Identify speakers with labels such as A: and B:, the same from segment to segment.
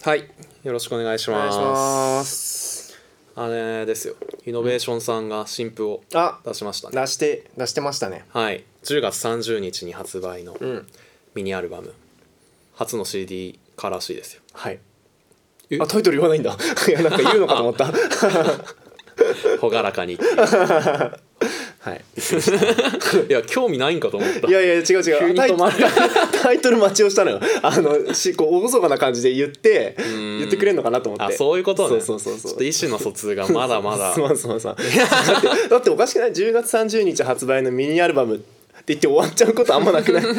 A: はいよろしくお願いし
B: お願
A: ま
B: い
A: す
B: します
A: あれですよイノベーションさんが新譜を
B: あ
A: 出しましたね
B: 出して出してましたね
A: はい10月30日に発売の
B: うん
A: ミニアルバム初の CD 化らしいですよ
B: はい
A: え
B: あタイトル言わないんだ いやなんか言うのかと思った
A: 朗らかにっていう
B: はい
A: いや興味ないんかと思った
B: いやいや違う違う
A: 急に止まる
B: タイトルタイトル待ちをしたのよあのしこう大かな感じで言って
A: ん
B: 言ってくれるのかなと思って
A: あそういうことね
B: そうそうそうそう
A: ちょっと意思の疎通がまだまだ
B: すまんすまんすまんだってだっておかしくない10月30日発売のミニアルバムって言って終わっちゃうことあんまなくない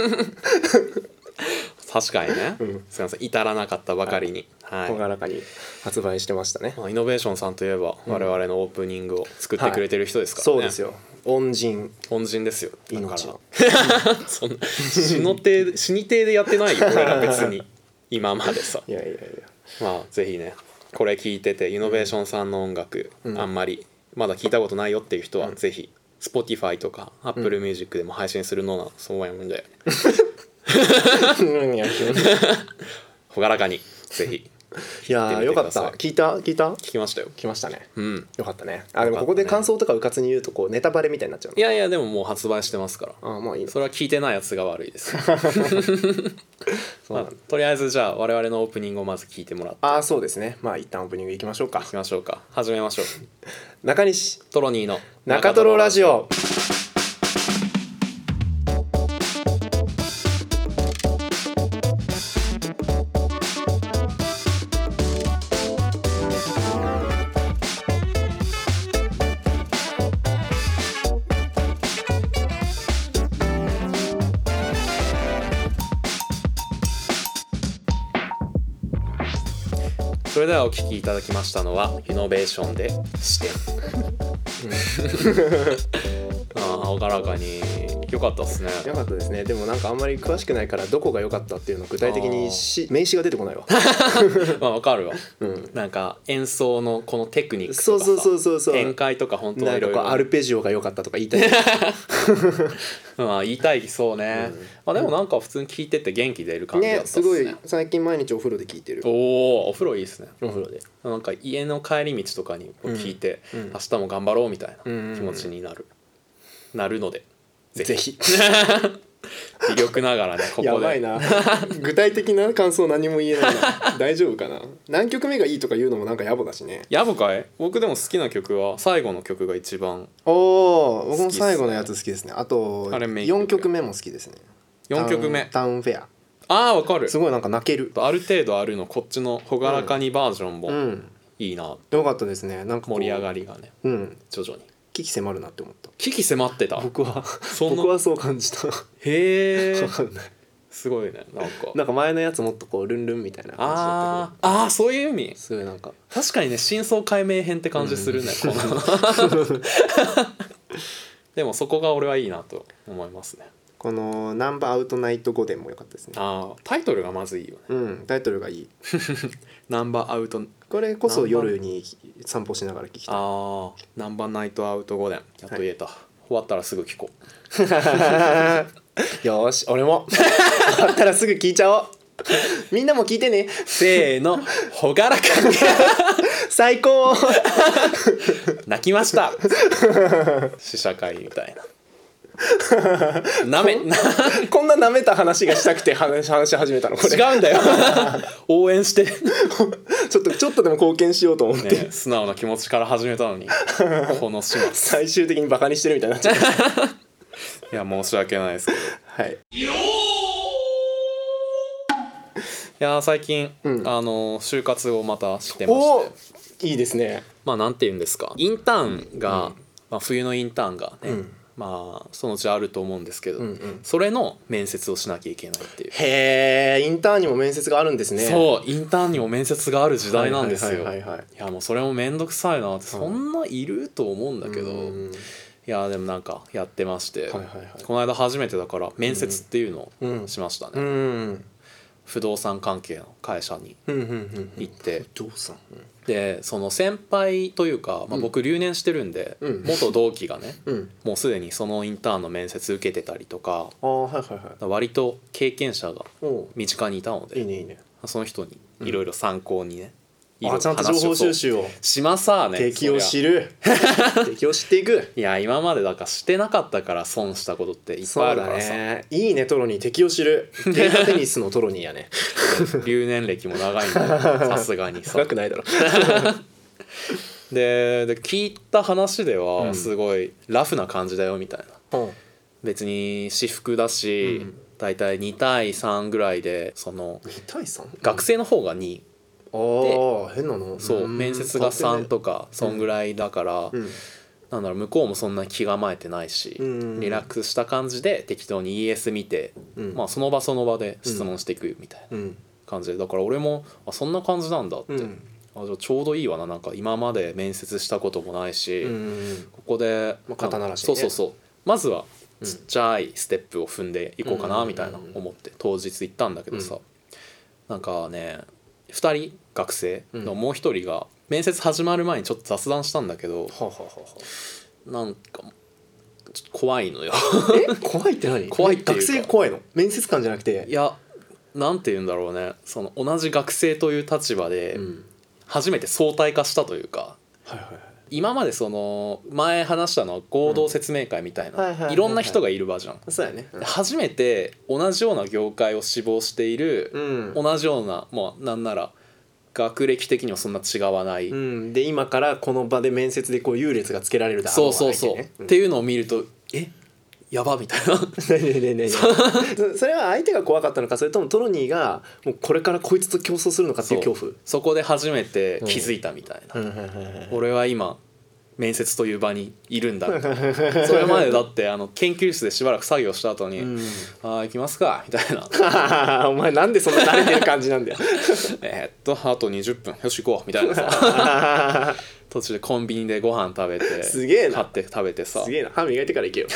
A: 確かにね、すいません至らなかったばかりに、はい
B: 朗らかに発売してましたね
A: まあ、イノベーションさんといえば我々のオープニングを作ってくれてる人ですからね、
B: そうですよ恩人
A: 恩人ですよだから
B: 命の
A: そんな死の手死に手でやってない よ俺ら別に今までさ
B: いやいやいや
A: まあぜひねこれ聞いててイノベーションさんの音楽、あんまりまだ聞いたことないよっていう人は、ぜひ Spotify とか Apple Music でも配信するのなそうやもんだよね
B: うんいやい
A: 朗らかにぜひ
B: やよか
A: 聞いてみてく
B: った
A: ださい
B: 聞いた聞いた
A: 聞きました よ
B: 来ましたね
A: うん
B: よかったねあでも
A: よかったね
B: ここで感想とかうかつに言うとこうネタバレみたいになっちゃう
A: いやいやでももう発売してますから
B: のあまあいいの
A: それは聞いてないやつが悪い です、
B: そう
A: ま
B: なん
A: あ
B: だ、
A: とりあえずじゃあ我々のオープニングをまず聞いてもらって
B: あそうですねまあ一旦オープニングいきましょう か
A: いきましょうか始めましょう
B: 中西
A: トロニーの
B: 中トロラジオ
A: それではお聞きいただきましたのはイノベーションで視 点ああ朗らかに良かったっすね
B: よかったですねでもなんかあんまり詳しくないからどこが良かったっていうの具体的にし名詞が出てこないわ
A: まあわかるわ、
B: うん
A: なんか演奏のこのテクニックとかさ
B: そうそうそうそうそう
A: 展開とか本当
B: な
A: はい
B: ん
A: ろい
B: かこう
A: ろ
B: アルペジオが良かったとか言いたい
A: まあ言いたいそうね、まあでもなんか普通に聞いてて元気出る感じだっ
B: ね
A: たっす
B: す
A: ね
B: ごい最近毎日お風呂で聞いてる
A: おおお風呂いいですね
B: お風呂で
A: なんか家の帰り道とかにこう聞いて、
B: うんうん
A: 明日も頑張ろうみたい
B: うんうんう
A: なん気持ちになる、なるので
B: ぜ ひ
A: 微力ながらねここで
B: やばいな具体的な感想何も言えない な大丈夫かな何曲目がいいとか言うのもなんか野暮だしね
A: やばかい僕でも好きな曲は最後の曲が一番
B: おお僕
A: 好
B: も
A: きっすね
B: 最後のやつ好きですねあと
A: あれ名曲
B: 4曲目も好きですね
A: 4曲目
B: タウンタウンフェア
A: ああわかる
B: すごいなんか泣ける
A: ある程度あるのこっちの朗らかにバージョン
B: う
A: も
B: ん
A: いいな、
B: よかったですねなんかこう
A: 盛り上がりがね
B: うん
A: 徐々に
B: 危機迫るなって思った
A: 危機迫ってた
B: 僕は
A: そんな
B: 僕はそう感じた
A: へ え
B: わかんない
A: すごいねなんか
B: なんか前のやつもっとこうルンルンみたいな感じだった
A: あーあーそういう意味
B: けどすごいなんか
A: 確かにね真相解明編って感じするね、この でもそこが俺はいいなと思いますね
B: この「ナンバーアウトナイトゴデン」も良かったですね
A: ああタイトルがまずいいよね
B: うんタイトルがいい
A: ナンバーアウト
B: これこそ夜に散歩しながら聞きたい
A: ああナンバーナイトアウト5年やっと言えた、終わったらすぐ聞こう
B: よーし俺も 終わったらすぐ聞いちゃおうみんなも聞いてね
A: せーの朗らかに
B: 最高
A: 泣きました試写会みたいななめな
B: こんな舐めた話がしたくて話話し始めたのこれ
A: 違うんだ よ応援して、
B: ちょっとちょっとでも貢献しようと思って、
A: ね、素直な気持ちから始めたのにこの始末
B: 最終的にバカにしてるみたいになっちゃった
A: いや申し訳ないですけどい
B: はい
A: やー最近、
B: うん
A: あのー就活をまたしてまし
B: お
A: て
B: ーいいですね
A: まあなんて言うんですかインターンが、まあ、冬のインターンがね、
B: うん
A: まあそのうちあると思うんですけど、
B: うんうん
A: それの面接をしなきゃいけないっていう、
B: へえインターンにも面接があるんですねう
A: そうインターンにも面接がある時代なんですよ、
B: はい
A: い
B: はいはいはい
A: やもうそれも面倒くさいなってそんないると思うんだけど、
B: うん
A: いやでもなんかやってまして、
B: はいはいはい
A: この間初めてだから面接っていうのをしましたね、
B: うん
A: 不動産関係の会社に
B: うんうんうん
A: 行って、
B: どうさん
A: でその先輩というか、まあ、僕留年してるんで、
B: うん
A: 元同期がね、
B: うん
A: もうすでにそのインターンの面接受けてたりとか
B: ああはいはいはい
A: 割と経験者が
B: お
A: 身近にいたので
B: いいねいいね
A: その人にいろいろ参考にね、いろい
B: あ
A: ろ
B: ちゃんと情
A: 話を
B: 報収集を
A: そうしまさあね
B: 敵を
A: そり
B: 知る敵を知っていく
A: ゃいや今までだからしてなかったから損したことっていっぱい
B: そ
A: あ
B: う
A: るか
B: だ
A: らさ、
B: ねいいねトロニー敵を知るデータテニスのトロニ ーやね
A: 留年歴も長いんだよ さすがにさ
B: 深くないだろ
A: でで聞いた話で
B: う
A: は
B: ん
A: すごいラフな感じだよみたいな
B: うん
A: 別に私服だし、
B: うん
A: 大体2対3ぐらいでその
B: 2対 3?
A: 学生の方が2、
B: ああ変なの
A: そう面接が3と
B: か
A: かそんぐらいだから、
B: うん
A: なんだろう向こうもそんな気構えてないし、
B: うん
A: リラックスした感じで適当に ES 見て、
B: うん
A: まあ、その場その場で質問していくみたいな
B: うん
A: 感じでだから俺もあそんな感じなんだって、
B: うん
A: あじゃあちょうどいいわななんか今まで面接したこともないし、
B: うん
A: ここで、
B: まあ肩慣らし
A: そ
B: ね
A: うそうそうまずは
B: うん
A: ちっちゃいステップを踏んでいこうかな
B: うん
A: みたいな思って当日行ったんだけどさ、なんかね2人学生のもう1人が面接始まる前にちょっと雑談したんだけど
B: はあはあはあはあ
A: なんかちょっと怖い のよ
B: え怖いって何
A: 怖いっていうか
B: 学生怖いの面接官じゃなくて
A: いやなんて言うんだろうねその同じ学生という立場で
B: うん
A: 初めて相対化したというか。
B: はいはいはい
A: 今までその前話したのは合同説明会みたい
B: うんはいはいはい
A: な
B: はい
A: いろんな人がいる場じゃん
B: そうやねうん
A: 初めて同じような業界を志望している、
B: うん
A: 同じようなまあなんなら学歴的にもそんな違わない、
B: うん、で今からこの場で面接でこう優劣がつけられるだろ
A: そうそうそう、
B: う
A: っていうのを見るとえやばみたいな
B: ねえねえねえねえそそれは相手が怖かったのかそれともトロニーがもうこれからこいつと競争するのかっていう恐怖
A: そこで初めて気づいたみたいな、
B: うんはいはいはい
A: 俺は今面接という場にいるん だみたいなそれまでだってあの研究室でしばらく作業した後に「
B: うん
A: ああ行きますか」みたいな
B: お前なんでそんな慣れてる感じなんだよ
A: えーっとあと20分よし行こうみたいなさ 途中でコンビニでご飯食べて
B: すげえな
A: 買って食べてさ
B: すげえな歯磨いてから行けよ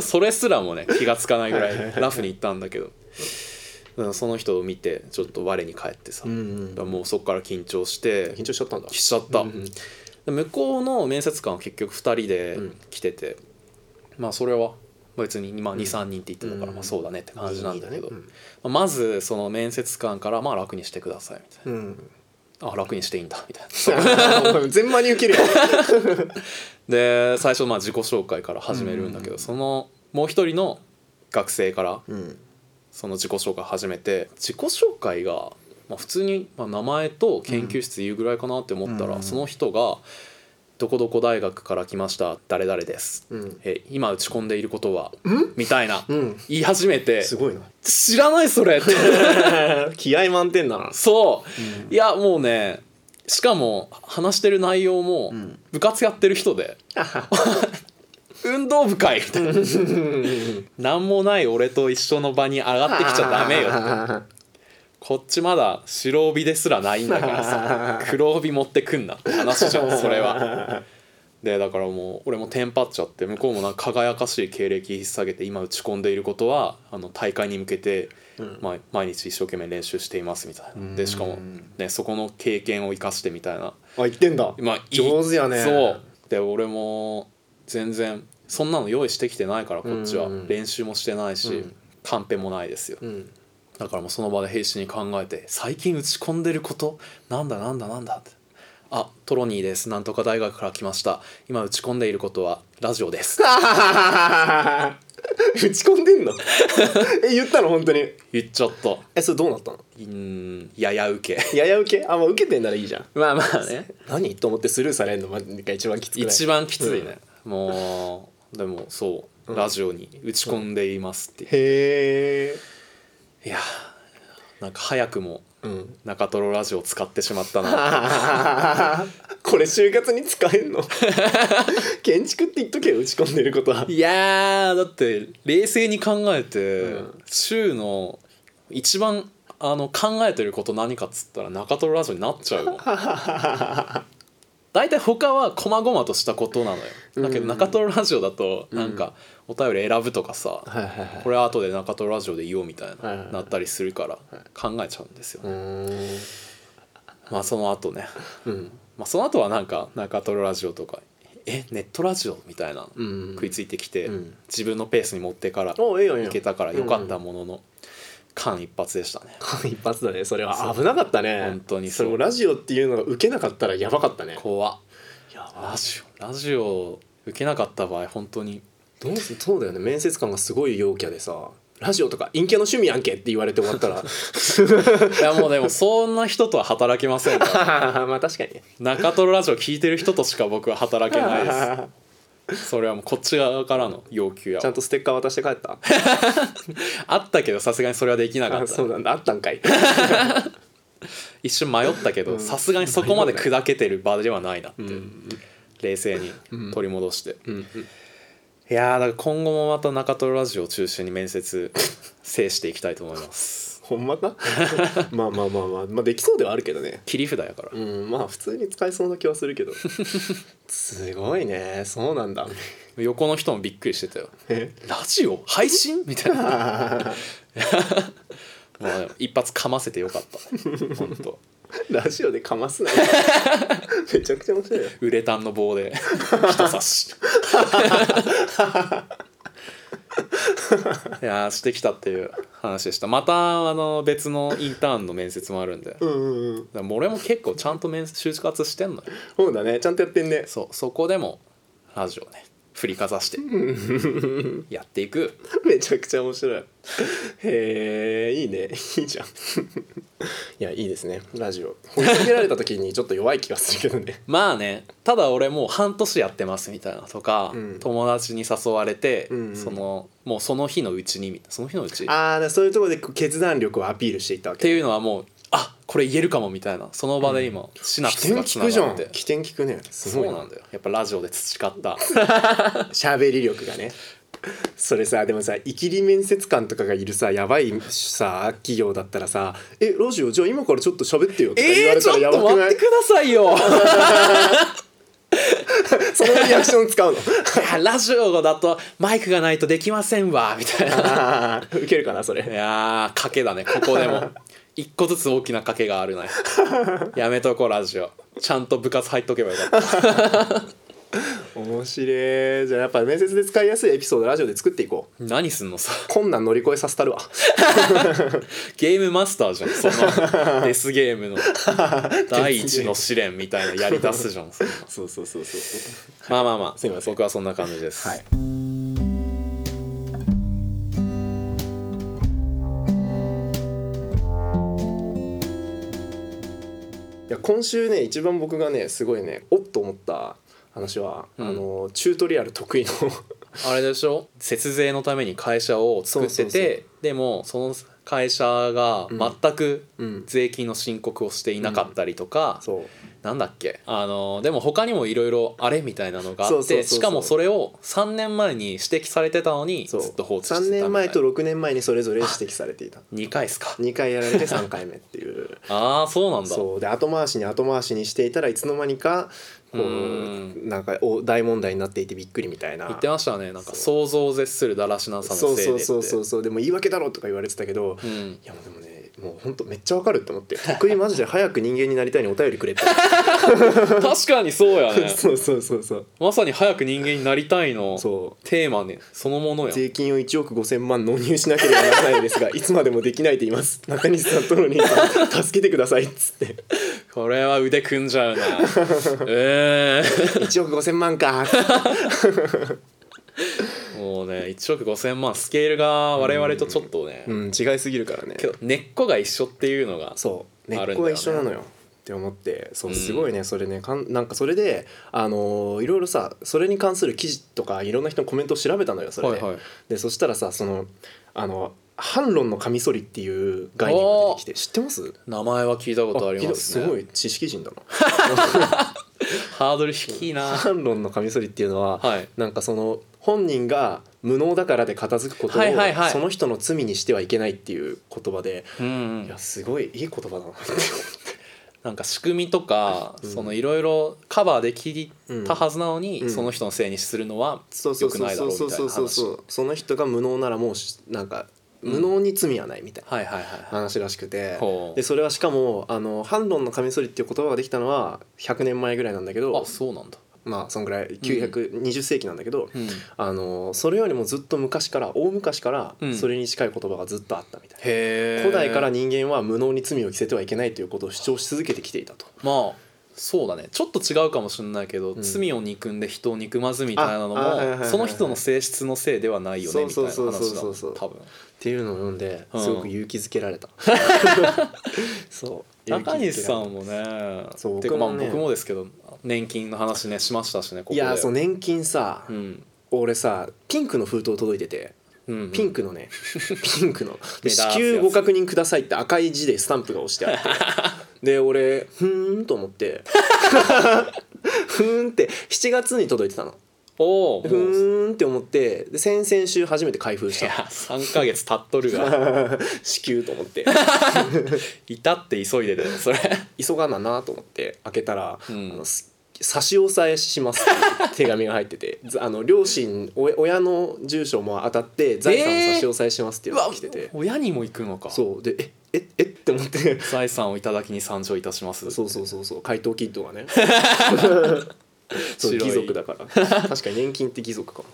A: それすらもね気がつかないぐらいラフに行ったんだけどだからその人を見てちょっと我に返ってさ、
B: んうん
A: だからもうそこから緊張して
B: 緊張しちゃったんだ
A: しちゃった、
B: うんうん
A: で向こうの面接官は結局2人で来てて、まあそれは別に、まあ、23人って言ってたから、
B: うん
A: まあそうだねって感じなんだけど
B: いいね
A: まあまずその面接官から「まあ楽にしてください」みたい
B: うん
A: な「あ楽にしていいんだ」みたいな
B: お前全間に受けるよ
A: で最初まあ自己紹介から始めるんだけど、そのもう一人の学生から
B: うん
A: その自己紹介始めて自己紹介が、まあ、普通に、まあ、名前と研究室言うぐらいかなって思ったら、
B: うん
A: その人が「どこどこ大学から来ました誰々です」
B: うん
A: え今打ち込んでいることは」みたいな、
B: うん
A: 言い始めて
B: すごいな
A: 「知らないそれ」 って
B: 気合満点だな
A: そう、いやもうねしかも話してる内容も、
B: ん
A: 部活やってる人で運動部かいみたいな何もない俺と一緒の場に上がってきちゃダメよって
B: よ
A: こっちまだ白帯ですらないんだからさ黒帯持ってくんなって話じゃんそれは。でだからもう俺もテンパっちゃって向こうもなんか輝かしい経歴引っ提げて今打ち込んでいることはあの大会に向けて、まあ、毎日一生懸命練習していますみたいなでしかも、ね、そこの経験を生かしてみたいな
B: あ言ってんだ
A: まあ、いい
B: 上手やね
A: そうで俺も全然そんなの用意してきてないからこっちは、
B: うんうん
A: 練習もしてないし、
B: うん
A: カンペもないですよ、
B: うん
A: だからもうその場で兵士に考えて最近打ち込んでることなんだなんだなんだってあトロニーですなんとか大学から来ました今打ち込んでいることはラジオです
B: 打ち込んでんのえ言ったの本当に
A: 言っちゃった
B: えそれどうなったの
A: うーんやや受け
B: やや受けあ まあ受けてんならいいじゃん
A: まあまあね
B: 何と思ってスルーされるのが一番きつくな い
A: 一番きついね、もうでもそう、ラジオに打ち込んでいますって、
B: へ
A: い
B: え
A: やーなんか早くも
B: うん
A: 中トロラジオ使ってしまった な
B: これ就活に使えんの建築って言っとけよ打ち込んでることはい
A: やーだって冷静に考えて、
B: うん
A: 週の一番あの考えてること何かっつったら中トロラジオになっちゃうわ 大体他は細々としたことなのよだけど中トロラジオだとなんかお便り選ぶとかさ、
B: はいはいはい
A: これは後で中トロラジオで言おうみたいな、
B: はいはいはい
A: なったりするから考えちゃうんですよ、
B: う
A: ね
B: ーん
A: まあその後ね
B: うん
A: まあ、その後はなんか中トロラジオとか「えネットラジオ?」みたいな
B: うん
A: 食いついてきて、
B: うん
A: 自分のペースに持ってから
B: おええやんええやん
A: いけたからよかったものの、間一髪でしたね
B: 一発だねそれは危なかったね
A: 本当に
B: そ
A: そう
B: れもラジオっていうのが受けなかったらやばかったね
A: 怖っ
B: や
A: ラジオラジオ受けなかった場合本当に
B: どうすそうだよね面接官がすごい陽キャでさラジオとか陰キャの趣味やんけって言われて終わったら
A: いやもうでもそんな人とは働 きま せんから
B: まあ確かにね
A: 中トロラジオ聞いてる人としか僕は働けない ですそれはもうこっち側からの要求や
B: ちゃんとステッカー渡して帰った
A: あったけどさすがにそれはできなか
B: あ
A: った
B: そうなんだあったんかい
A: 一瞬迷ったけ
B: う
A: ど
B: ん
A: さすがにそこまで砕けてる場ではないなって、
B: ん
A: 冷静に取り戻して、
B: うん
A: いやーだから今後もまた中トロラジオを中心に面接 制していきたいと思います
B: ほんまか まあまあまあまあまあできそうではあるけどね
A: 切り札やから、
B: うんまあ普通に使えそうな気はするけどすごいねそうなんだ
A: 横の人もびっくりしてたよ
B: え
A: ラジオ配信みたいな まあでも一発かませてよかった本当
B: ラジオでか ますなめちゃくちゃ面白いよ
A: ウレタンの棒 で人差しいやーしてきたっていう話でしたまたあの別のインターンの面接もあるんでだか
B: うんうんうん
A: らもう俺も結構ちゃんと面接就活してんのよ
B: そうだねちゃんとやってんね
A: そうそこでもラジオね振りかざしてやっていく
B: めちゃくちゃ面白いへえいいねいいじゃん いやいいですねラジオ追いかけられた時にちょっと弱い気がするけどね
A: まあねただ俺もう半年やってますみたいなとか、
B: うん
A: 友達に誘われて、
B: うんうん
A: そのもうその日のうちにみたいなその日のうちっ
B: ああそういうところでこう決断力をアピールしていったわけ
A: ていうのはもうあこれ言えるかもみたいなその場で今、シナプ
B: 起
A: ス
B: 点
A: が
B: 聞
A: つ
B: く
A: な
B: じゃ
A: が
B: ん
A: って
B: 起点聞くねす
A: そ
B: ご
A: う
B: い
A: な
B: なん
A: だよやっぱラジオで培った
B: 喋り力がねそれさでもさいきり面接官とかがいるさやばいさ企業だったらさ「えラジオじゃあ今からちょっと喋ってよ」とか言わ
A: えー、
B: れ
A: ち
B: た
A: ょ
B: ら
A: っ
B: や
A: と
B: ばく
A: 待
B: な
A: っ
B: い
A: て、くださいよ
B: そのリアクション使う
A: い
B: の
A: やラジオだとマイクがないとできませんわみたいな
B: あーウケるかなそ れ
A: いやー賭けだねここでも 一個ずつ大きな賭けがあ るなやめとこうラジオちゃんと部活入っとけばよかった
B: 面白いじゃあやっぱ面接で使いやすいエピソードラジオで作っていこう
A: 何すんのさ
B: 困難乗り越えさせたるわ
A: ゲームマスターじゃんそ のデスゲームの第一の試練みたいなやりだすじゃんそんな
B: そうそうそうそうそう
A: まあまあまあ
B: すいません
A: 僕はそんな感じです、
B: はいいや今週ね一番僕がねすごいねおっと思った話は、
A: うん
B: あのチュートリアル得意の
A: あれでしょ節税のために会社を作ってて
B: そうそうそ
A: でもその会社が全く
B: うん
A: 税金の申告をしていなかったりとか、
B: そう
A: なんだっけあのでも他にもいろいろあれみたいなのがあって
B: そうそうそうそう
A: しかもそれを3年前に指摘されてたのにず
B: そう
A: っと放置してた
B: 3
A: みたいな
B: 年前と6年前にそれぞれ指摘されていた
A: 2回っすか
B: 2回やら れて3回目っていう
A: ああそうなんだ
B: そうで後回しに後回しにしていたらいつの間にかこ
A: う
B: うんなんかお大問題になっていてびっくりみたいな
A: 言ってましたねなんか想像を絶するだらしなさ
B: そ
A: の
B: う
A: せいで
B: そ
A: っ
B: う
A: て
B: そうそうそうでも言い訳だろとか言われてたけど、
A: う
B: い
A: ん
B: やもうでもねもうほんとめっちゃわかるって思って得意マジで早く人間になりたいにお便りくれって
A: 確かに そうや ね
B: そうそうそうそう
A: まさに早く人間になりたいの
B: そ
A: テーマねそのもの
B: う
A: や
B: 税金を1億5,000万納入しなければならないですがいつまでもできないと言います中西さんとのに助けてくださいっつって
A: これは腕組んじゃ うなええ
B: 1億5,000 万か
A: もうね1億5,000万スケールが我々とちょっとね、
B: うん違いすぎるからね
A: けど根っこが一緒っていうのが
B: そう
A: あるんだよ
B: 根っ
A: ね
B: こは一緒なのよって思ってそう
A: うん
B: すごいね、それねかんなんかそれであのーいろいろさそれに関する記事とかいろんな人のコメントを調べたのよそれで,、
A: はいはい
B: でそしたらさそのあの反論のカミソリっていう概念が出てきて知ってます
A: 名前は聞いたことありますね
B: あひどすごい知 識人だな
A: ハードル低いな
B: 反論のカミソリっていうのは、
A: はい
B: なんかその本人が無能だからで片付くことを、
A: はいはいはい
B: その人の罪にしてはいけないっていう言葉で、
A: うんう
B: い
A: ん
B: やすごいいい言葉だなって
A: なんか仕組みとか、
B: うん
A: そのいろいろカバーできたはずなのに、
B: うん
A: その人のせいにするのは
B: そうそ
A: 良
B: う
A: く
B: そう
A: ないだ
B: そ
A: ろ
B: う
A: うみた
B: そ
A: いうな
B: そう
A: 話
B: そうそうその人が無能ならもうしなんか無能に罪はないみたいな
A: はいはいはい
B: 話らしくて、
A: ほう
B: でそれはしかもあの反論のカミソリっていう言葉ができたのは100年前ぐらいなんだけど
A: あそうなんだ
B: まあそんぐらい920世紀なんだけど、
A: うん
B: あのそれよりもずっと昔から大昔から
A: うん
B: それに近い言葉がずっとあったみたいな、
A: へえ
B: 古代から人間は無能に罪を着せてはいけないということを主張し続けてきていたと。
A: まあそうだねちょっと違うかもしれないけど、
B: うん
A: 罪を憎んで人を憎まずみたいなの
B: ああはいはいは
A: も
B: い
A: その人の性質のせいではないよね
B: そう
A: みたい
B: そう
A: な話
B: そ
A: だ
B: うそうそうそう
A: 多分
B: っていうのを読んで
A: うん
B: すごく勇気づけら れた。そう
A: 中西さ
B: 勇気づけられ
A: んもね
B: そう
A: てかまあ
B: 僕もね
A: 僕もですけど年金の話ねしましたしねこ
B: た
A: こ
B: い
A: で
B: やそう年金さ、
A: うん
B: 俺さピンクの封筒届いてて。
A: うん、
B: ピンクのねピンク ので
A: 目立つやつ
B: 至急ご確認くださいって赤い字でスタンプが押してあって で俺ふーんと思って ふーんって7月に届いてたの
A: おお
B: で
A: も
B: ふ
A: う
B: ーんって思ってで先々週初めて開封
A: い
B: した
A: や3か月経っとる が
B: 至急と思って
A: 至って急いでだよ それ
B: 急がななと思って開けたら、
A: うん
B: あのす差し押さえしますって いう手紙が入っててずあの両親お親の住所も当たって財産を差し押さえしますっていうのが来てて、
A: 親にも行くのか
B: そうでえええって思って
A: 財産をいただきに参上いたします
B: そうそうそうそう怪盗キッドが ねそう
A: 白い
B: 義族だから確かに年金って義族かも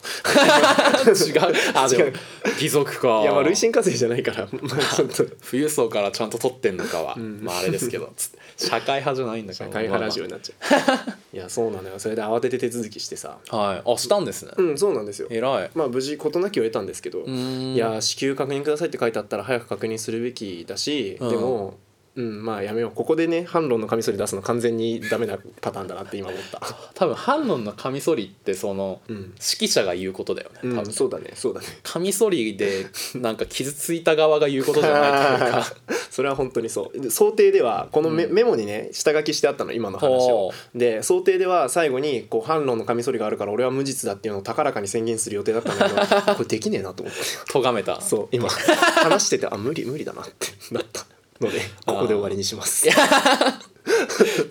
A: 違うあで
B: 違
A: も
B: う
A: 義族か
B: いやまあ累進課税じゃないから まあちょっと
A: 富裕層からちゃんと取ってんのかは、まああれです けどつって社会派じゃないんだか
B: 社
A: ら
B: 会派ラジオになっちゃういやそうなのよそれで慌てて手続きしてさ
A: まあまあはいあしたんですね、
B: うんそうなんですよ
A: 偉い
B: まあ無事事なきを得たんですけど
A: うーん
B: いや至急確認くださいって書いてあったら早く確認するべきだし、
A: うん
B: でもうんまあやめようここでね反論のカミソリ出すの完全にダメなパターンだなって今 思った、
A: 多分反論のカミソリってその、
B: うん
A: 指揮者が言うことだよね多
B: う
A: 分、
B: ん、そうだねそうだね
A: カミソリでなんか傷ついた側が言うことじゃないというか
B: それは本当にそうで想定ではこのメ,、
A: うん
B: メモにね下書きしてあったの今の話
A: お
B: を
A: う
B: で想定では最後にこう反論のカミソリがあるから俺は無実だっていうのを高らかに宣言する予定だったん だけどこれできねえなと思って
A: 咎めた
B: そう今 話しててあ無理無理だなってなったのでここで終わりにします い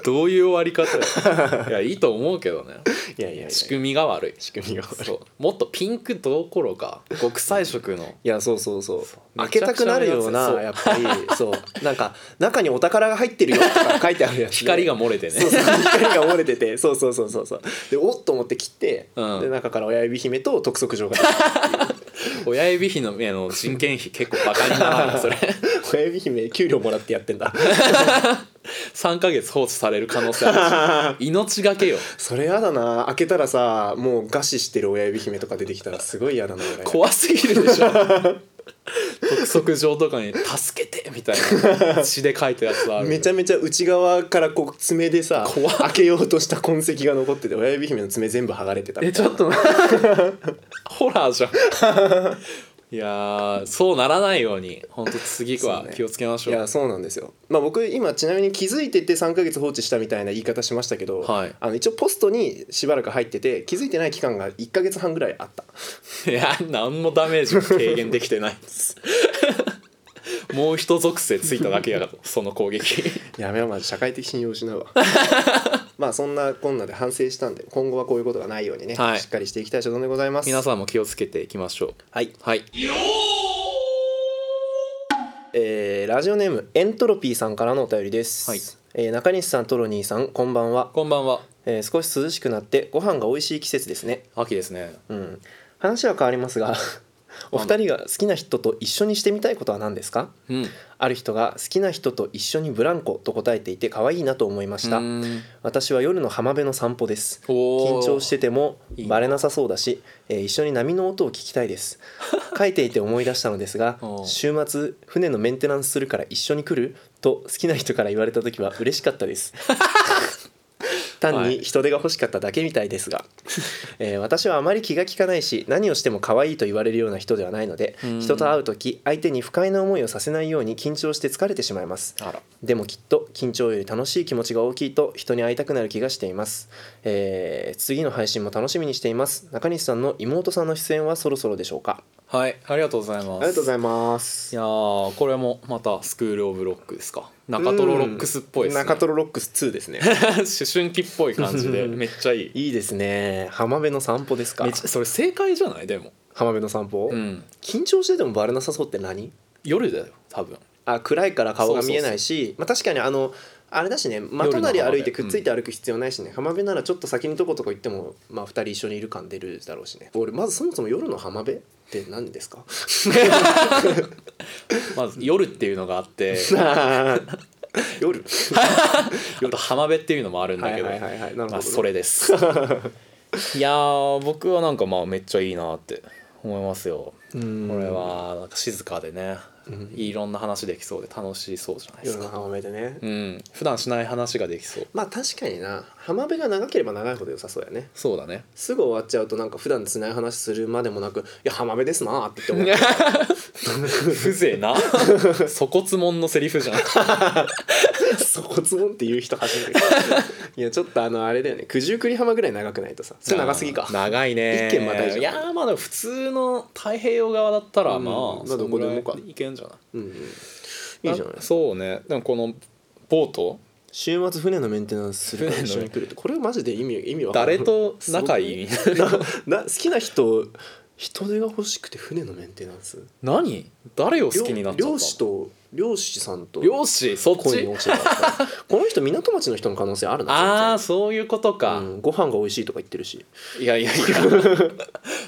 A: どういう終わり方 よいやいいと思うけどね
B: やいやいや
A: 仕組みが悪い
B: 仕組みが悪い
A: そうもっとピンクどころか極彩色の
B: いやそうそうそう
A: う
B: 開けたくなるようなや
A: め
B: っぱりそうなんか中にお宝が入ってるよとか書いてあるやつね
A: 光が漏れてね
B: そうそう光が漏れててそうそうそうそうそうでおっと思って切って、
A: うん
B: で中から親指姫と督促 状が
A: 親指比の目の人件費結構バカにならないそれ
B: 親指姫給料もらってやってんだ
A: 3ヶ月放置される可能性あ るし命がけよ
B: それやだな開けたらさもう餓死してる親指姫とか出てきたらすごい嫌だな俺
A: 怖すぎるでしょ督促状とかに「助けて」みたいな詩で書いたやつある
B: めちゃめちゃ内側からこう爪でさ
A: 怖っ
B: 開けようとした痕跡が残ってて親指姫の爪全部剥がれてたみ
A: え
B: たい
A: ち
B: な
A: ょっとホラー じゃんいやーそうならないようにほんと次
B: そ
A: は
B: うね
A: 気をつけましょ
B: い
A: う
B: やそうなんですよ、まあ、僕今ちなみに気づいてて3ヶ月放置したみたいな言い方しましたけど、
A: はい
B: あの一応ポストにしばらく入ってて気づいてない期間が1ヶ月半ぐらいあった
A: いや何もダメージも軽減できてないです もう一属性ついただけやがとその攻 撃
B: やめろまず社会的信用を失 うわまあそんなこんなで反省したんで今後はこういうことがないようにね、
A: はい
B: しっかりしていきたい所存でございます
A: 皆さんも気をつけていきましょう
B: はい、
A: はい
B: えーラジオネームエントロピーさんからのお便りです、
A: はい
B: えー中西さんトロニーさんこんばんは、
A: こんばんは
B: えー少し涼しくなってご飯が美味しい季節ですね
A: 秋ですね
B: うん、話は変わりますがお二人が好きな人と一緒にしてみたいことは何ですか
A: うん
B: ある人が好きな人と一緒にブランコと答えていて可愛いなと思いました
A: うん
B: 私は夜の浜辺の散歩です
A: お
B: 緊
A: ー
B: 張してても
A: いいな
B: バレなさそうだし、えー一緒に波の音を聞きたいです 書いていて思い出したのですが
A: おー
B: 週末船のメンテナンスするから一緒に来ると好きな人から言われた時は嬉しかったです 単に人手が欲しかっただけみたい ですが、えー私はあまり気が利かないし何をしても可愛いと言われるような人ではないので
A: うん
B: 人と会う時相手に不快な思いをさせないように緊張して疲れてしまいます
A: あら
B: でもきっと緊張より楽しい気持ちが大きいと人に会いたくなる気がしています、えー次の配信も楽しみにしています中西さんの妹さんの出演はそろそろでしょうか
A: はいありがとうございますいま
B: ざいます
A: いやーこれもまたスクール・オブ・ロックですか中トロロックスっぽいですね
B: 中トロロックス2ですね
A: 思春期っぽい感じ でめっちゃいい
B: いいですね浜辺の散歩ですか
A: めっちゃそれ正解じゃないでも
B: 浜辺の散歩、
A: うん
B: 緊張しててもバレなさそうって何
A: 夜だよ多分
B: あ暗いから顔が見えないしまあ、確かにあのあれだしね真隣歩いてくっついて歩く必要ないしね、浜辺ならちょっと先のとことこ行っても、まあ、2人一緒にいる感出るだろうしね俺まずそもそも夜の浜辺って何です か
A: まず夜っていうのがあ って
B: 夜
A: あと浜辺っていうのもあるんだけど
B: はいはいはいはいなるほどね
A: まあそれですいやー僕はなんかまあめっちゃいいなって思いますよ
B: これ
A: これはなんか静かでね、いろんな話できそうで楽しそうじゃないです
B: 夜
A: か、
B: の浜辺でね、
A: うん普段しない話ができそう
B: まあ確かにな浜辺が長ければ長いほど良さそうやね
A: そうだ ね
B: すぐ終わっちゃうとなんか普段つない話するまでもなく「いや浜辺ですな」って言って思う
A: 風 情な粗骨門のセリフじゃん
B: そこつもんって言う人初め て聞いたいやちょっとあのあれだよね九十九里浜ぐらい長くないとさそれ長すぎか
A: あー長いね
B: 一軒またいじゃん
A: いやーまだ普通の太平洋側だったら
B: うん
A: まあ、
B: まあどこでもか
A: そんぐらいいけんじゃない
B: うんうん、いいじゃない
A: あそうねでもこのボート
B: 週末船のメンテナンスするから
A: 船の
B: 一緒に来るってこれはマジで意味意味わかんない
A: 誰と仲いい
B: なな 好きな人人手が欲しくて船のメンテナンス
A: 何誰を好きになっちゃった
B: 漁漁師と漁師さんと
A: 漁師そっ
B: 恋に
A: ち
B: 落ちて たからこの人港町の人の可能性あるな
A: ああ
B: 全
A: そういうことか、
B: 然うんご飯が美味しいとか言ってるし
A: いやいやいや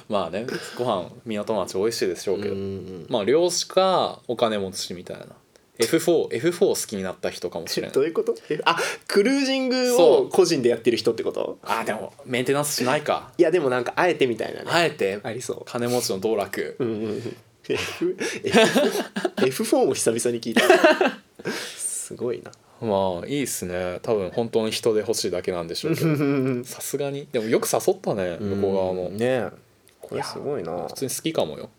A: まあねご飯港町美味しいでしょうけど、
B: うん
A: まあ漁師かお金持ちみたいな F4F4 好きになった人かもしれない
B: どういうことえあクルージング
A: そ
B: を
A: う
B: 個人でやってる人ってこと
A: あーでもメンテナンスしないか
B: いやでもなんかあえてみたいなね
A: あえて
B: ありそう
A: 金持ちの道楽
B: うんうんうん F F4 も久々に聞いたすごいな
A: まあいいっすね多分本当に人で欲しいだけなんでしょうけどさすがにでもよく誘ったね向こう側も
B: ねえ
A: こ
B: こ
A: れ
B: れ
A: す
B: す
A: ご
B: ごいな
A: 普通に好きかもよ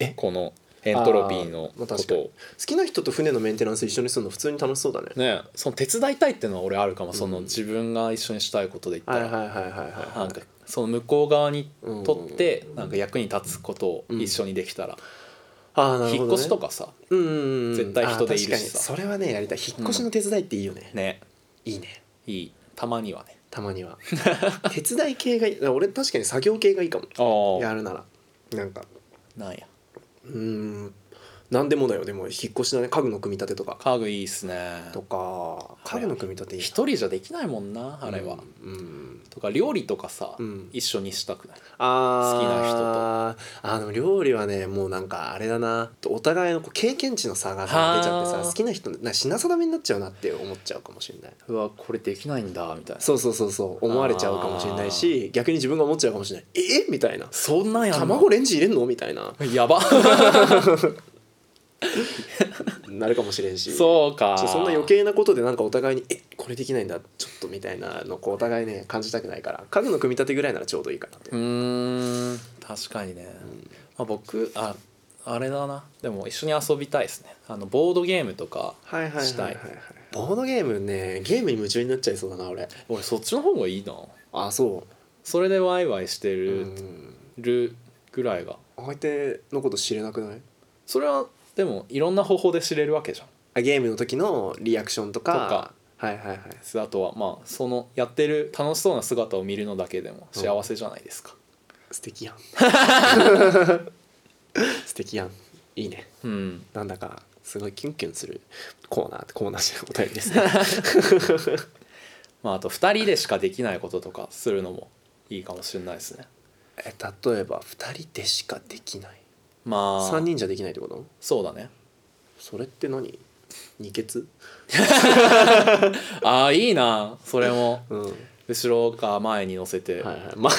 B: え
A: このエントロピーの
B: あーま
A: こ
B: あ確
A: と
B: か
A: を
B: に好きな人と船のメンテナンス一緒にするの普通に楽しそうだね
A: ねその手伝いたいっていうのは俺あるかもその自分が一緒にしたいことで言っ
B: は
A: た
B: い
A: ら
B: はいはいはいはい
A: なんかその向こう側にとってなんか役に立つことを一緒にできたら、
B: ああなる
A: 引
B: ほど、ね、
A: っ越しとかさ
B: うんうんうん
A: 絶対人でいるしさ
B: あー確かにそれはねやりたい引っ越しの手伝いっていいよね、
A: ね
B: いいね
A: いいたまにはね
B: たまには手伝い系がいい俺確かに作業系がい いかも
A: あ
B: やるならなんか
A: あなんや
B: うーん何でもだよでも引っ越しだね家具の組み立てとか
A: 家具いいっすね
B: とか
A: あれ
B: 家具の組み立ていい
A: 一人じゃできないもんなあれは、
B: うん、うん
A: とか料理とかさ、
B: うん
A: 一緒にしたくない
B: あ好きな人とあの料理はねもうなんかあれだなお互いのこう経験値の差が出ちゃって
A: は
B: さ
A: ー
B: 好きな人なんか品定めになっちゃうなって思っちゃうかもしれないう
A: わこれできないんだみたいな
B: そうそうそうそう思われちゃうかもしれないし逆に自分が思っちゃうかもしれないえみたいな
A: そんなんやんの
B: 卵レンジ入れんのみたいな
A: や ば
B: なるかもしれんし
A: そうか
B: そうそんな余計なことでなんかお互いに「えこれできないんだちょっと」みたいなのこうお互いね感じたくないから家具の組み立てぐらいならちょうどいいかなと
A: うーん確かにね、まあ、僕ああれだなでも一緒に遊びたいですねあのボードゲームとか
B: はいはいはい
A: したい
B: ボードゲームねゲームに夢中になっちゃいそうだな俺
A: 俺そっちの方がいいな
B: あそ
A: それでワイワイして
B: うう
A: る,、
B: ん
A: るぐらいが
B: 相手のこと知れなくない
A: それはでもいろんな方法で知れるわけじゃん
B: あゲームの時のリアクションとか
A: とか
B: はいはいはい
A: あとはまあそのやってる楽しそうな姿を見るのだけでも幸せじゃないですか
B: 素敵 やん素敵やんいいね
A: うん、
B: なんだかすごいキュンキュンするコーナーコーナーじゃないお便り ですね
A: まああと2人でしかできないこととかするのもいいかもしれないですね
B: え例えば2人でしかできない
A: まあ
B: 3人じゃできないってこと
A: そうだね
B: それって何二欠
A: ああいいなそれも
B: うんはい
A: 後ろか前に乗せて
B: はい前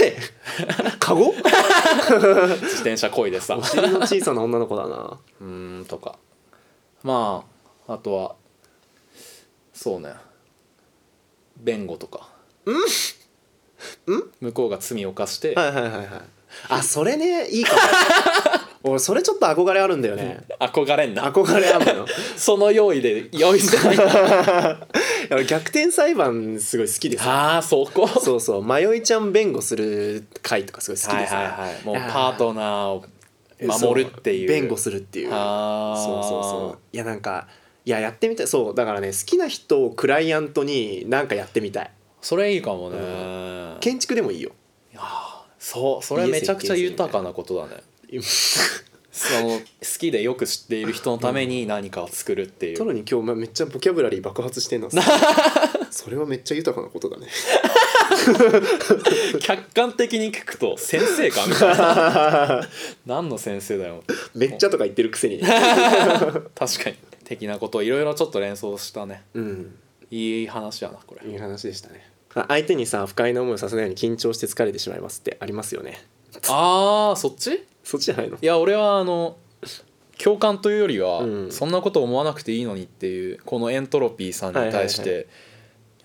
B: カゴ
A: 自転車こいでさ
B: お尻の小さな女の子 だな
A: うーんとかまああとはそうね弁護とかうん向こうが罪を犯して、
B: はいはいはいはいあそれねいいかも 俺それちょっと憧れあるんだよね
A: 憧れんな
B: 憧れあるの よ
A: その用意で用意して ない
B: いや俺逆転裁判すごい好きです
A: ああそこ
B: そうそう迷いちゃん弁護する回とかすごい好き
A: はい
B: ですね
A: はいはいもうパートナーを守るっていう
B: そ弁護するっていう
A: あー
B: そうそうそういやなんかいややってみたいそうだからね好きな人をクライアントになんかやってみたい
A: それいいかもね、
B: う建 築でもいいよ
A: そうそれめちゃくちゃ豊かなことだねその好きでよく知っている人のために何かを作るってい
B: ト
A: う
B: ロに今日まめっちゃボキャブラリー爆発してん なそれはめっちゃ豊かなこと だね
A: 客観的に聞くと先生かみたいな 何の先生だよ
B: めっちゃとか言ってるくせに
A: 確かに的なことをいろいろちょっと連想したね
B: うん
A: いい話やなこれ
B: いい話でしたねあ相手にさ不快な思いをさせないように緊張して疲れてしまいますってありますよね
A: あーそっち
B: そっちじゃないの
A: いや俺はあの共感というよりは、
B: うん
A: そんなこと思わなくていいのにっていうこのエントロピーさんに対して、
B: はい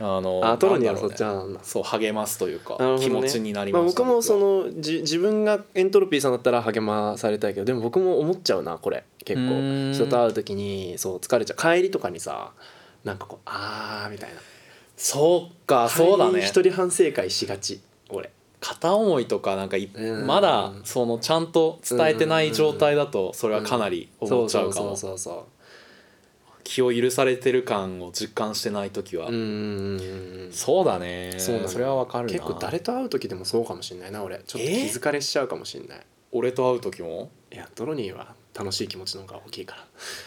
A: あの
B: あトロには
A: なんだろう
B: そっ
A: ね
B: ちなんだ
A: そう励ますというか、
B: なるほどね
A: 気持ちになりました、
B: あ、僕もそ
A: は
B: のじ自分がエントロピーさんだったら励まされたいけどでも僕も思っちゃうなこれ結
A: うー
B: 構
A: ん
B: 人と会う時にそう疲れちゃう帰りとかにさなんかこうあーみたいな
A: そうかそうだ
B: 帰
A: ね
B: り一人反省会しがち俺
A: 片思いとかなんかい
B: うん
A: まだそのちゃんと伝えてない状態だとそれはかなり思っちゃうか
B: そ
A: も
B: うそうそうそう
A: 気を許されてる感を実感してない時は、
B: うーん
A: そうだね
B: そうなの
A: れはわかるな
B: 結構誰と会う時でもそうかもしんないな俺ちょっと気づかれしちゃうかもしんない、
A: 俺と会う時も
B: いやドロニーは楽しい気持ちの方が大きいから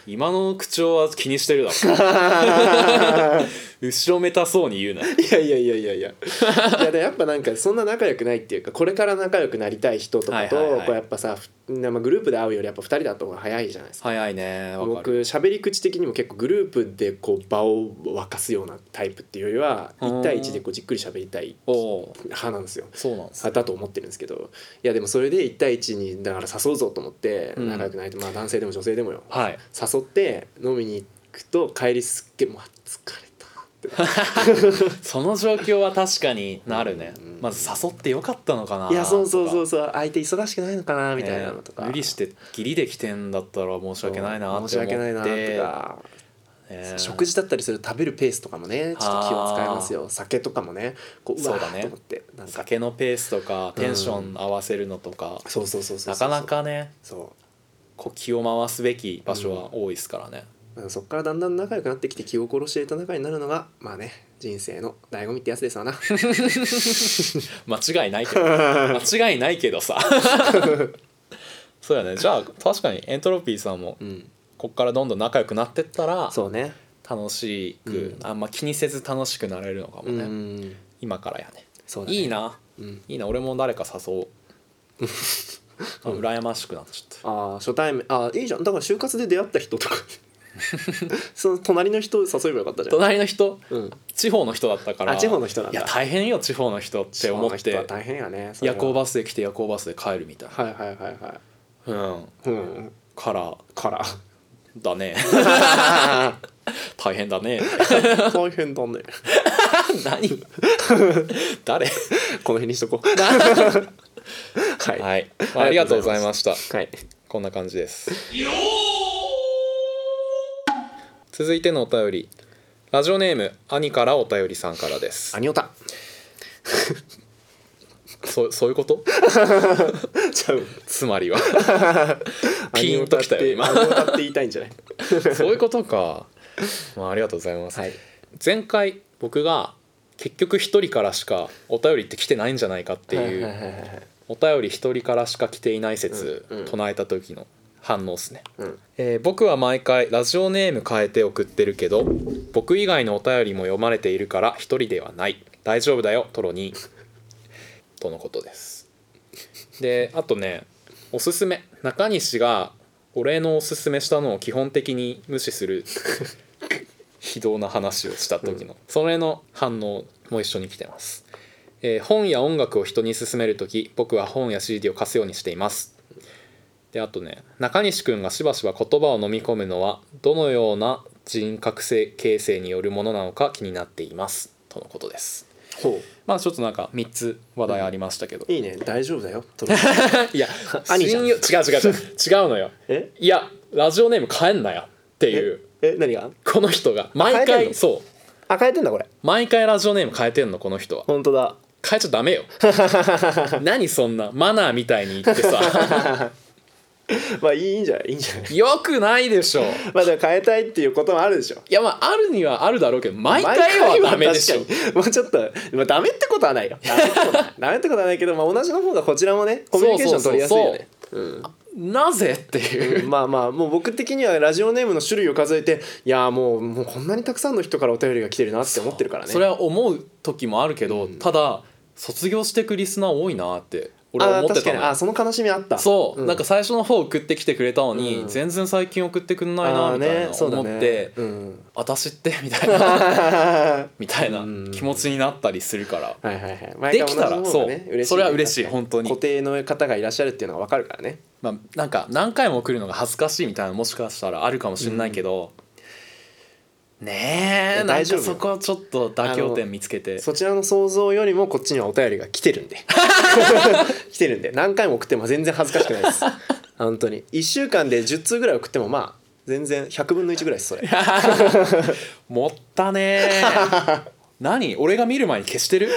A: 今の口調は気にしてるだ ろ後ろめたそうに言う ない
B: やいやいやいやいや いやでやっぱなんかそんな仲良くないっていうかこれから仲良くなりたい人とかと、
A: はいはいはい
B: こうやっぱさふなまあグループで会うよりやっぱ2人だった方が早いじゃないですか。
A: 早いねわかる
B: 僕喋り口的にも結構グループでこう場を沸かすようなタイプっていうよりは
A: うん
B: 1対1でこうじっくり喋りたい
A: おお
B: 派なんですよ。
A: そうなんです
B: あだと思ってるんですけどいやでもそれで1対1にだから誘うぞと思って
A: うん
B: 仲良くないと、まあ男性でも女性でもよ
A: はい
B: 誘って飲みに行くと帰りすっげえ「もう疲れた」って
A: その状況は確かになるね
B: うん
A: まず誘ってよかったの かない
B: やそうそう
A: とか
B: そうそう相手忙しくないのかなみたいなのとか、
A: ね無理してギリできてんだったら申し訳ないなって思って
B: 申し訳ないなとか、
A: ね
B: 食事だったりすると食べるペースとかもねちょっと気を使いますよ酒とかもねこううわ
A: そうだ
B: ー
A: ね
B: と思ってなんか
A: 酒のペースとかテンション合わせるのとか、
B: そうそうそうそう
A: なかなかね
B: そ
A: こう気を回すべき場所は多いですからね、
B: ううんそっからだんだん仲良くなってきて気を殺していた仲になるのがまあね人生の醍醐味ってやつですわ な
A: 間違いない けど間違いないけどさそうやねじゃあ確かにエントロピーさんも
B: うん
A: こっからどんどん仲良くなってったら
B: そうね
A: 楽しく、
B: うん
A: あんま気にせず楽しくなれるのかも
B: う
A: ね、
B: ん
A: 今からやね
B: そうだね
A: いいな
B: うん
A: いいな俺も誰か誘 おうあ羨ましくなっちゃっ
B: ああ初対面ああいいじゃんだから就活で出会った人とか その隣の人誘えばよかったじ
A: た
B: ゃん
A: 隣の人
B: うん
A: 地方の人だったから
B: あ地方の人なん
A: い
B: だ
A: や大変よ地方の人って思っ
B: 地方の
A: て
B: 人は大変やねそれ
A: 夜
B: は
A: 行バスで来て夜行バスで帰るみたい
B: はいはいはいは
A: な、うん、
B: いうん
A: から
B: から
A: だね大変だね
B: 大変だね
A: 何 誰
B: この辺にしとこうはいはい、
A: はい、まあ、ありがとうございました
B: はい、
A: こんな感じです続いてのお便りラジオネーム兄からお便りさんからです
B: アニオタ
A: そそういうこと
B: ちゃう
A: つまり は
B: 兄
A: ピンときたよ今
B: アニオタって言いたいんじゃない
A: そういうことか、まあ、ありがとうございます、
B: はい
A: 前回僕が結局一人からしかお便りって来てないんじゃないかってい
B: はは
A: う
B: はいはい
A: お便り一人からしか来ていない説
B: うんうん
A: 唱えた時の反応ですね、
B: うん
A: えー僕は毎回ラジオネーム変えて送ってるけど僕以外のお便りも読まれているから一人ではない大丈夫だよトロニーとのことですであとねおすすめ中西が俺のおすすめしたのを基本的に無視する非道な話をした時の、それの反応も一緒に来てます、えー本や音楽を人に勧める時僕は本や CD を貸すようにしていますであとね中西くんがしばしば言葉を飲み込むのはどのような人格性形成によるものなのか気になっていますとのことです
B: ほ
A: まあちょっとなんか3つ話題ありましたけど、
B: ういいね大丈 夫だよとりあえ
A: いや
B: 兄ちゃん
A: 信用違う違う違う違うのよ
B: ずえ
A: いやラジオネーム変えんなよっていう
B: え何が
A: この人が毎
B: 変えてんの
A: 回そう
B: あ変えてんだこれ
A: 毎回ラジオネーム変えてんのこの人は
B: 本当だ
A: 変えちゃダメ よ何そんなマナーみたいに言って さ
B: まあいいんじゃないいいんじゃない
A: よくないでしょ
B: まあでも変えたいっていうこともあるでしょ
A: いやまああるにはあるだろうけど毎回はダメでしょ
B: 毎回は確かにもうちょっと、まあ、ダメってことは ないよダメってことはないダメってことはないけど、まあ、同じの方がこちらもねコミュニケーション取りやすいよねうん
A: なぜっていう
B: まあまあもう僕的にはラジオネームの種類を数えていやーもうもうこんなにたくさんの人からお便りが来てるなって思ってるからね
A: それは思う時もあるけど、
B: うん
A: ただ卒業してくリスナー多いなって俺は
B: あー
A: 思って
B: 確か
A: た
B: に
A: の
B: あー
A: よ
B: その悲しみあった
A: そう、
B: うん
A: なんか最初の方送ってきてくれたのに、
B: うん
A: 全然最近送ってくんない
B: あ
A: な
B: ー
A: みたいな
B: そ
A: 思
B: うだ
A: って、
B: うん
A: 私ってみたいな
B: は
A: みたいな
B: うん
A: 気持ちになったりするから、
B: いはいはい毎
A: で
B: 回
A: きたら
B: 同じ
A: そ
B: も
A: う、
B: のがね嬉しいね
A: それは嬉しい
B: 確か
A: 本当
B: に
A: に
B: 固定の方がいらっしゃるっていうのがわかるからね
A: まあ、なんか何回も送るのが恥ずかしいみたいなのもしかしたらあるかもしれないけど、ね
B: い
A: え
B: や
A: なん
B: 大丈
A: か
B: 夫よ
A: そこはちょっと妥協点見つけて
B: そちらの想像よりもこっちにはお便りが来 てるんで来てるんで何回も送っても全然恥ずかしくないです本当に1週間で10通ぐらい送ってもまあ全然100分の1ぐらいですそれ
A: 持った ねー何俺が見る前に消してる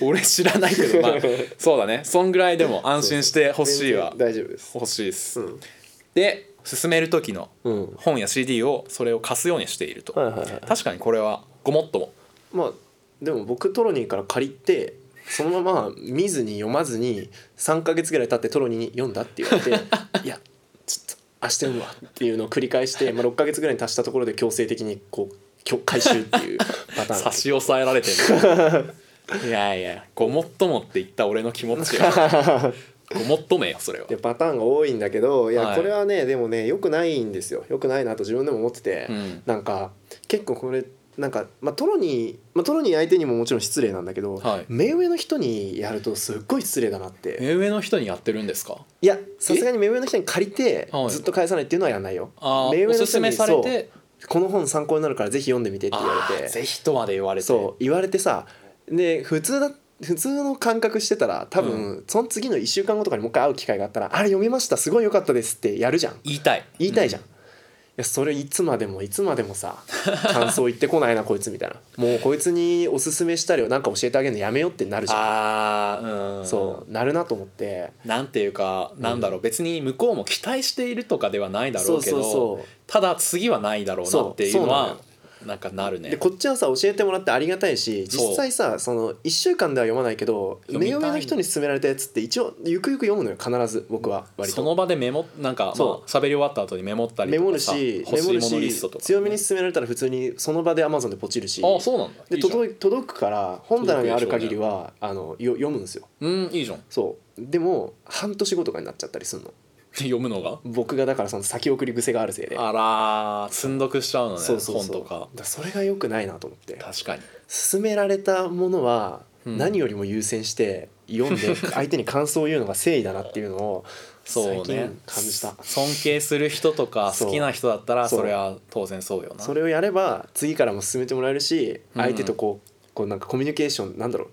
A: 俺知らないけどまあそうだねそんぐらいでも安心してほしいわ
B: 全然大丈夫です
A: 欲しいです、
B: うん
A: で進める時の
B: うん
A: 本や CD をそれを貸すようにしていると、
B: はいはいはい
A: 確かにこれはごもっとも
B: まあでも僕トロニーから借りてそのまま見ずに読まずに3ヶ月ぐらい経ってトロニーに読んだって言 われていやちょっと明日読むわっていうのを繰り返して、まあ、6ヶ月ぐらいに達したところで強制的にこうきょ回収っていうパターン
A: 差し押さえられてる いやいやごもっともって言った俺の気持ちよごもっとめよそれは
B: でパターンが多いんだけどいや、
A: はい
B: これはねでもね良くないんですよ良くないなと自分でも思ってて、
A: うん
B: なんか結構これなんか、まあ、トロに、まあ、トロに相手にももちろん失礼なんだけど、
A: はい
B: 目上の人にやるとすっごい失礼だなって
A: 目上の人にやってるんですか
B: いやさすがに目上の人に借りて
A: はい
B: ずっと返さないっていうのはやんないよ、
A: あ
B: 目
A: ー
B: 上
A: お
B: の
A: す
B: 人
A: す
B: に
A: めされて
B: そうこの本参考になるからぜひ読んでみてって言わ
A: あ
B: れ
A: ー
B: て
A: ぜひとまで言われて
B: そう言われてさで普通だ普通の感覚してたら多分、その次の1週間後とかにもう一回会う機会があったら「あれ読みましたすごい良かったです」ってやるじゃん
A: 言いたい
B: 言いたいじゃん、
A: う
B: いやそれいつまでもいつまでもさ感想言ってこない なこいつみたいなもうこいつにおすすめしたりなんか教えてあげるのやめようってなるじゃん
A: あーうん
B: そうなるなと思って
A: なんていうかなんだろう、別に向こうも期待しているとかではないだろうけど
B: そうそうそう
A: ただ次はないだろうなっていうのはなんかなるね
B: でこっちはさ教えてもらってありがたいし実際さその1週間では読まないけど
A: 読みたい
B: 目上の人に勧められたやつって一応ゆくゆく読むのよ必ず僕は割と
A: その場でメモなんかまあ
B: そう
A: 喋り終わった後にメモったり
B: メ
A: と
B: モ
A: か
B: る
A: さ
B: し
A: 欲
B: メモ
A: しい
B: る
A: ものリストと
B: し
A: か
B: 強めに勧められたら普通にその場で Amazon でポチるし
A: あそうなんだ
B: で
A: いいじゃん
B: 届い届くから本棚にある限りはあのよ読むんですよ
A: うんいいじゃん
B: そうでも半年後とかになっちゃったりするの
A: 読むのが
B: 僕がだからその先送り癖があるせいで
A: あらー積んどくしちゃうのね
B: そうそうそう
A: 本とか
B: だらそれが良くないなと思って
A: 確かに
B: 勧められたものは
A: うん
B: 何よりも優先して読 んで相手に感想を言うのが誠意だなっていうのを
A: そ
B: 最
A: うね
B: 近感じた
A: 尊敬する人とか
B: そう
A: 好きな人だったら
B: そう
A: それは当然そうよな
B: それをやれば次からも進めてもらえるし
A: うん
B: 相手とこうこうなんかコミュニケーションなんだろう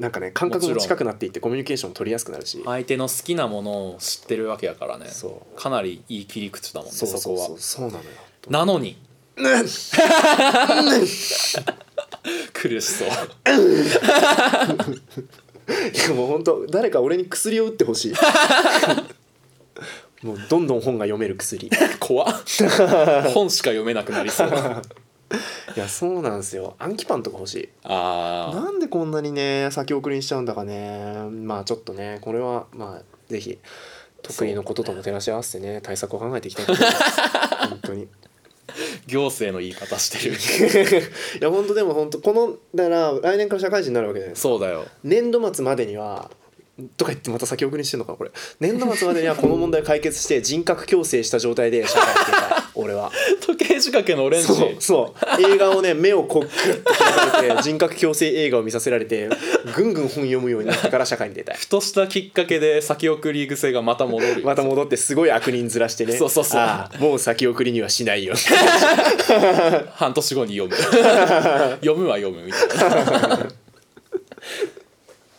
B: なんかね感覚
A: もち
B: も
A: ろん
B: 近くなっていってコミュニケーションも取りやすくなるし
A: 相手の好きなものを知ってるわけやからね
B: そう
A: かなりいい切り口だもんね
B: そうそう
A: そこ
B: そ
A: は
B: うそうなのよ
A: なのに 苦しそう
B: いやもう本当誰か俺に薬を打ってほ しいもうどんどん本が読める薬い
A: 怖っ本しか読めなくなりそう
B: やそうなんですよ暗記パンとか欲しい
A: あ
B: なんでこんなにね先送りにしちゃうんだかねまあちょっとねこれはまあぜひ得意のこととも照らし合わせてね対策を考えていきたいと思います本当に
A: ー行政の言い方してる
B: いや本当でも本当このだから来年から社会人になるわけじゃないですか
A: そうだよ
B: 年度末までにはとか言ってまた先送りにしてんのかなこれ年度末までにはこの問題を解決して人格矯正した状態で社会に出たい俺は
A: 時計仕掛けのオレンジ
B: そうそう映画をね目をこうグッと開けられて人格矯正映画を見させられてぐんぐん本読むようになってから社会に出たい
A: ふとしたきっかけで先送り癖がまた戻るよ
B: また戻ってすごい悪人ずらしてね
A: そうそうそう
B: ああもう先送りにはしないよ
A: 半年後に読む 読むは読むみたいな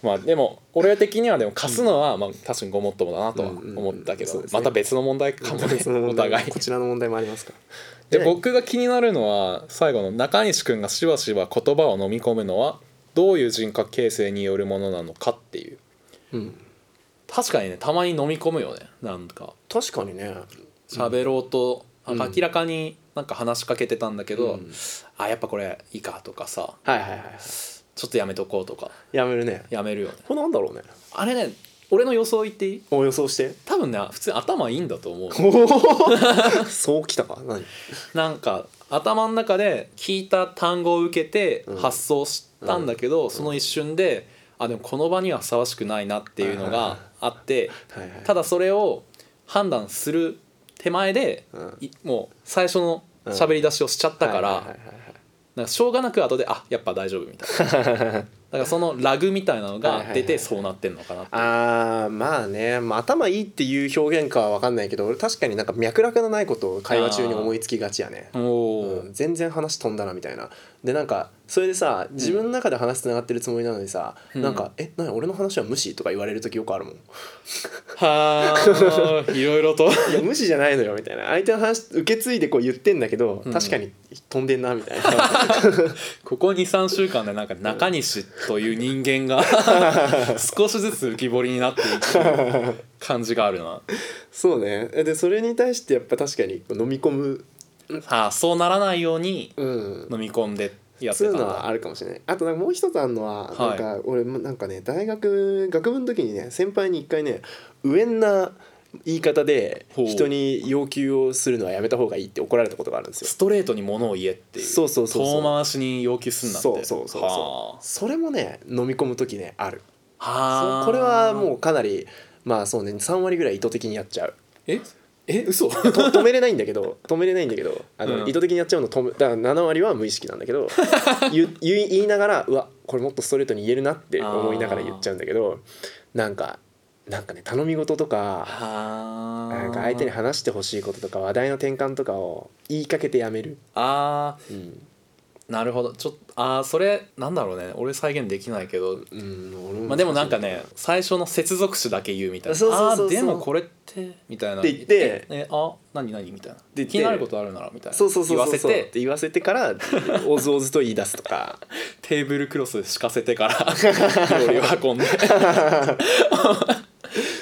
A: まあでも俺的にはでも貸すのはまあ確かにごもっともだなとは思ったけど、
B: うんうんうんそうですね
A: また別の問題かもね
B: その
A: お
B: 問題
A: 互い
B: こちらの問題もありますから
A: で僕が気になるのは最後の中西君がしばしば言葉を飲み込むのはどういう人格形成によるものなのかっていう
B: うん
A: 確かにねたまに飲み込むよねなんか
B: 確かにね
A: 喋ろうと、
B: うん
A: 明らかになんか話しかけてたんだけど、
B: うん
A: あやっぱこれいいかとかさ
B: はいはいはいはい
A: ちょっとやめとこうとか
B: やめるね
A: やめるよね
B: これなんだろうね
A: あれね俺の予想言っていい
B: お予想して
A: 多分ね普通に頭いいんだと思う
B: お ーそうきたか何
A: なんか頭の中で聞いた単語を受けて
B: うん
A: 発想したんだけど、その一瞬であでもこの場にはふさわしくないなっていうのがあって
B: はいはい
A: ただそれを判断する手前で、
B: うん
A: いもう最初の喋り出しをしちゃったから、
B: はいはい
A: なんかしょうがなく後であやっぱ大丈夫みたいなだ
B: はいはいはい
A: からそのラグみたいなの
B: はいは
A: が
B: いはい
A: 出てそうなってんのかなって
B: あーまあね、まあ、頭いいっていう表現かは分かんないけど俺確かになんか脈絡のないことを会話中に思いつきがちやね、
A: おお、
B: うん、全然話飛んだなみたいなでなんかそれでさ自分の中で話つながってるつもりなのにさ、
A: うん
B: なんか「え何俺の話は無視?」とか言われる時よくあるもん
A: はあいろいろと
B: いや無視じゃないのよみたいな相手の話受け継いでこう言ってんだけど、
A: うん
B: 確かに飛んでんなみたいな
A: ここ23週間でなんか中西という人間 が少しずつ浮き彫りになっていく感じがあるな
B: そうねでそれに対してやっぱ確かに飲み込む
A: ああそうならないように
B: うん
A: 飲み込んでやっ
B: そう
A: て
B: いう
A: た
B: の
A: な
B: はあるかもしれないあとなんかもう一つあるのは、
A: はい
B: なんか俺もなんかね大学学部の時にね先輩に一回ね無縁な言い方で
A: ほう
B: 人に要求をするのはやめた方がいいって怒られたことがあるんですよ
A: ストレートに物を言えっていう
B: そうそうそうそう
A: 遠回しに要求すんなって
B: そうそうそうそうそれもね飲み込む時ねある
A: はあはあ
B: そうこれはもうかなりまあそうね3割ぐらい意図的にやっちゃう
A: ええ 嘘
B: と止めれないんだけど止めれないんだけどあの、
A: うん
B: 意図的にやっちゃうの止めだから7割は無意識なんだ けど言う言い言いながらうわこれもっとストレートに言えるなって思いながら言っちゃうんだけどなんかなんかね頼み事とか
A: はあ
B: なんか相手に話してほしいこととか話題の転換とかを言いかけてやめる、
A: あ
B: うん
A: あなるほどちょっとああそれなんだろうね俺再現できないけど
B: うん俺
A: まあでもなんかね最初の接続詞だけ言うみたいな「
B: そうそうそうそう
A: あーでもこれって」みたいな
B: って言って
A: ええあ何何?」みたいな
B: 言って
A: 気になることあるなら」みたいな
B: そうそうそうそうそ
A: 言
B: う
A: わせ
B: ってて言わせてからおずおずと言い出すとか
A: テーブルクロス敷かせて から料理を運んで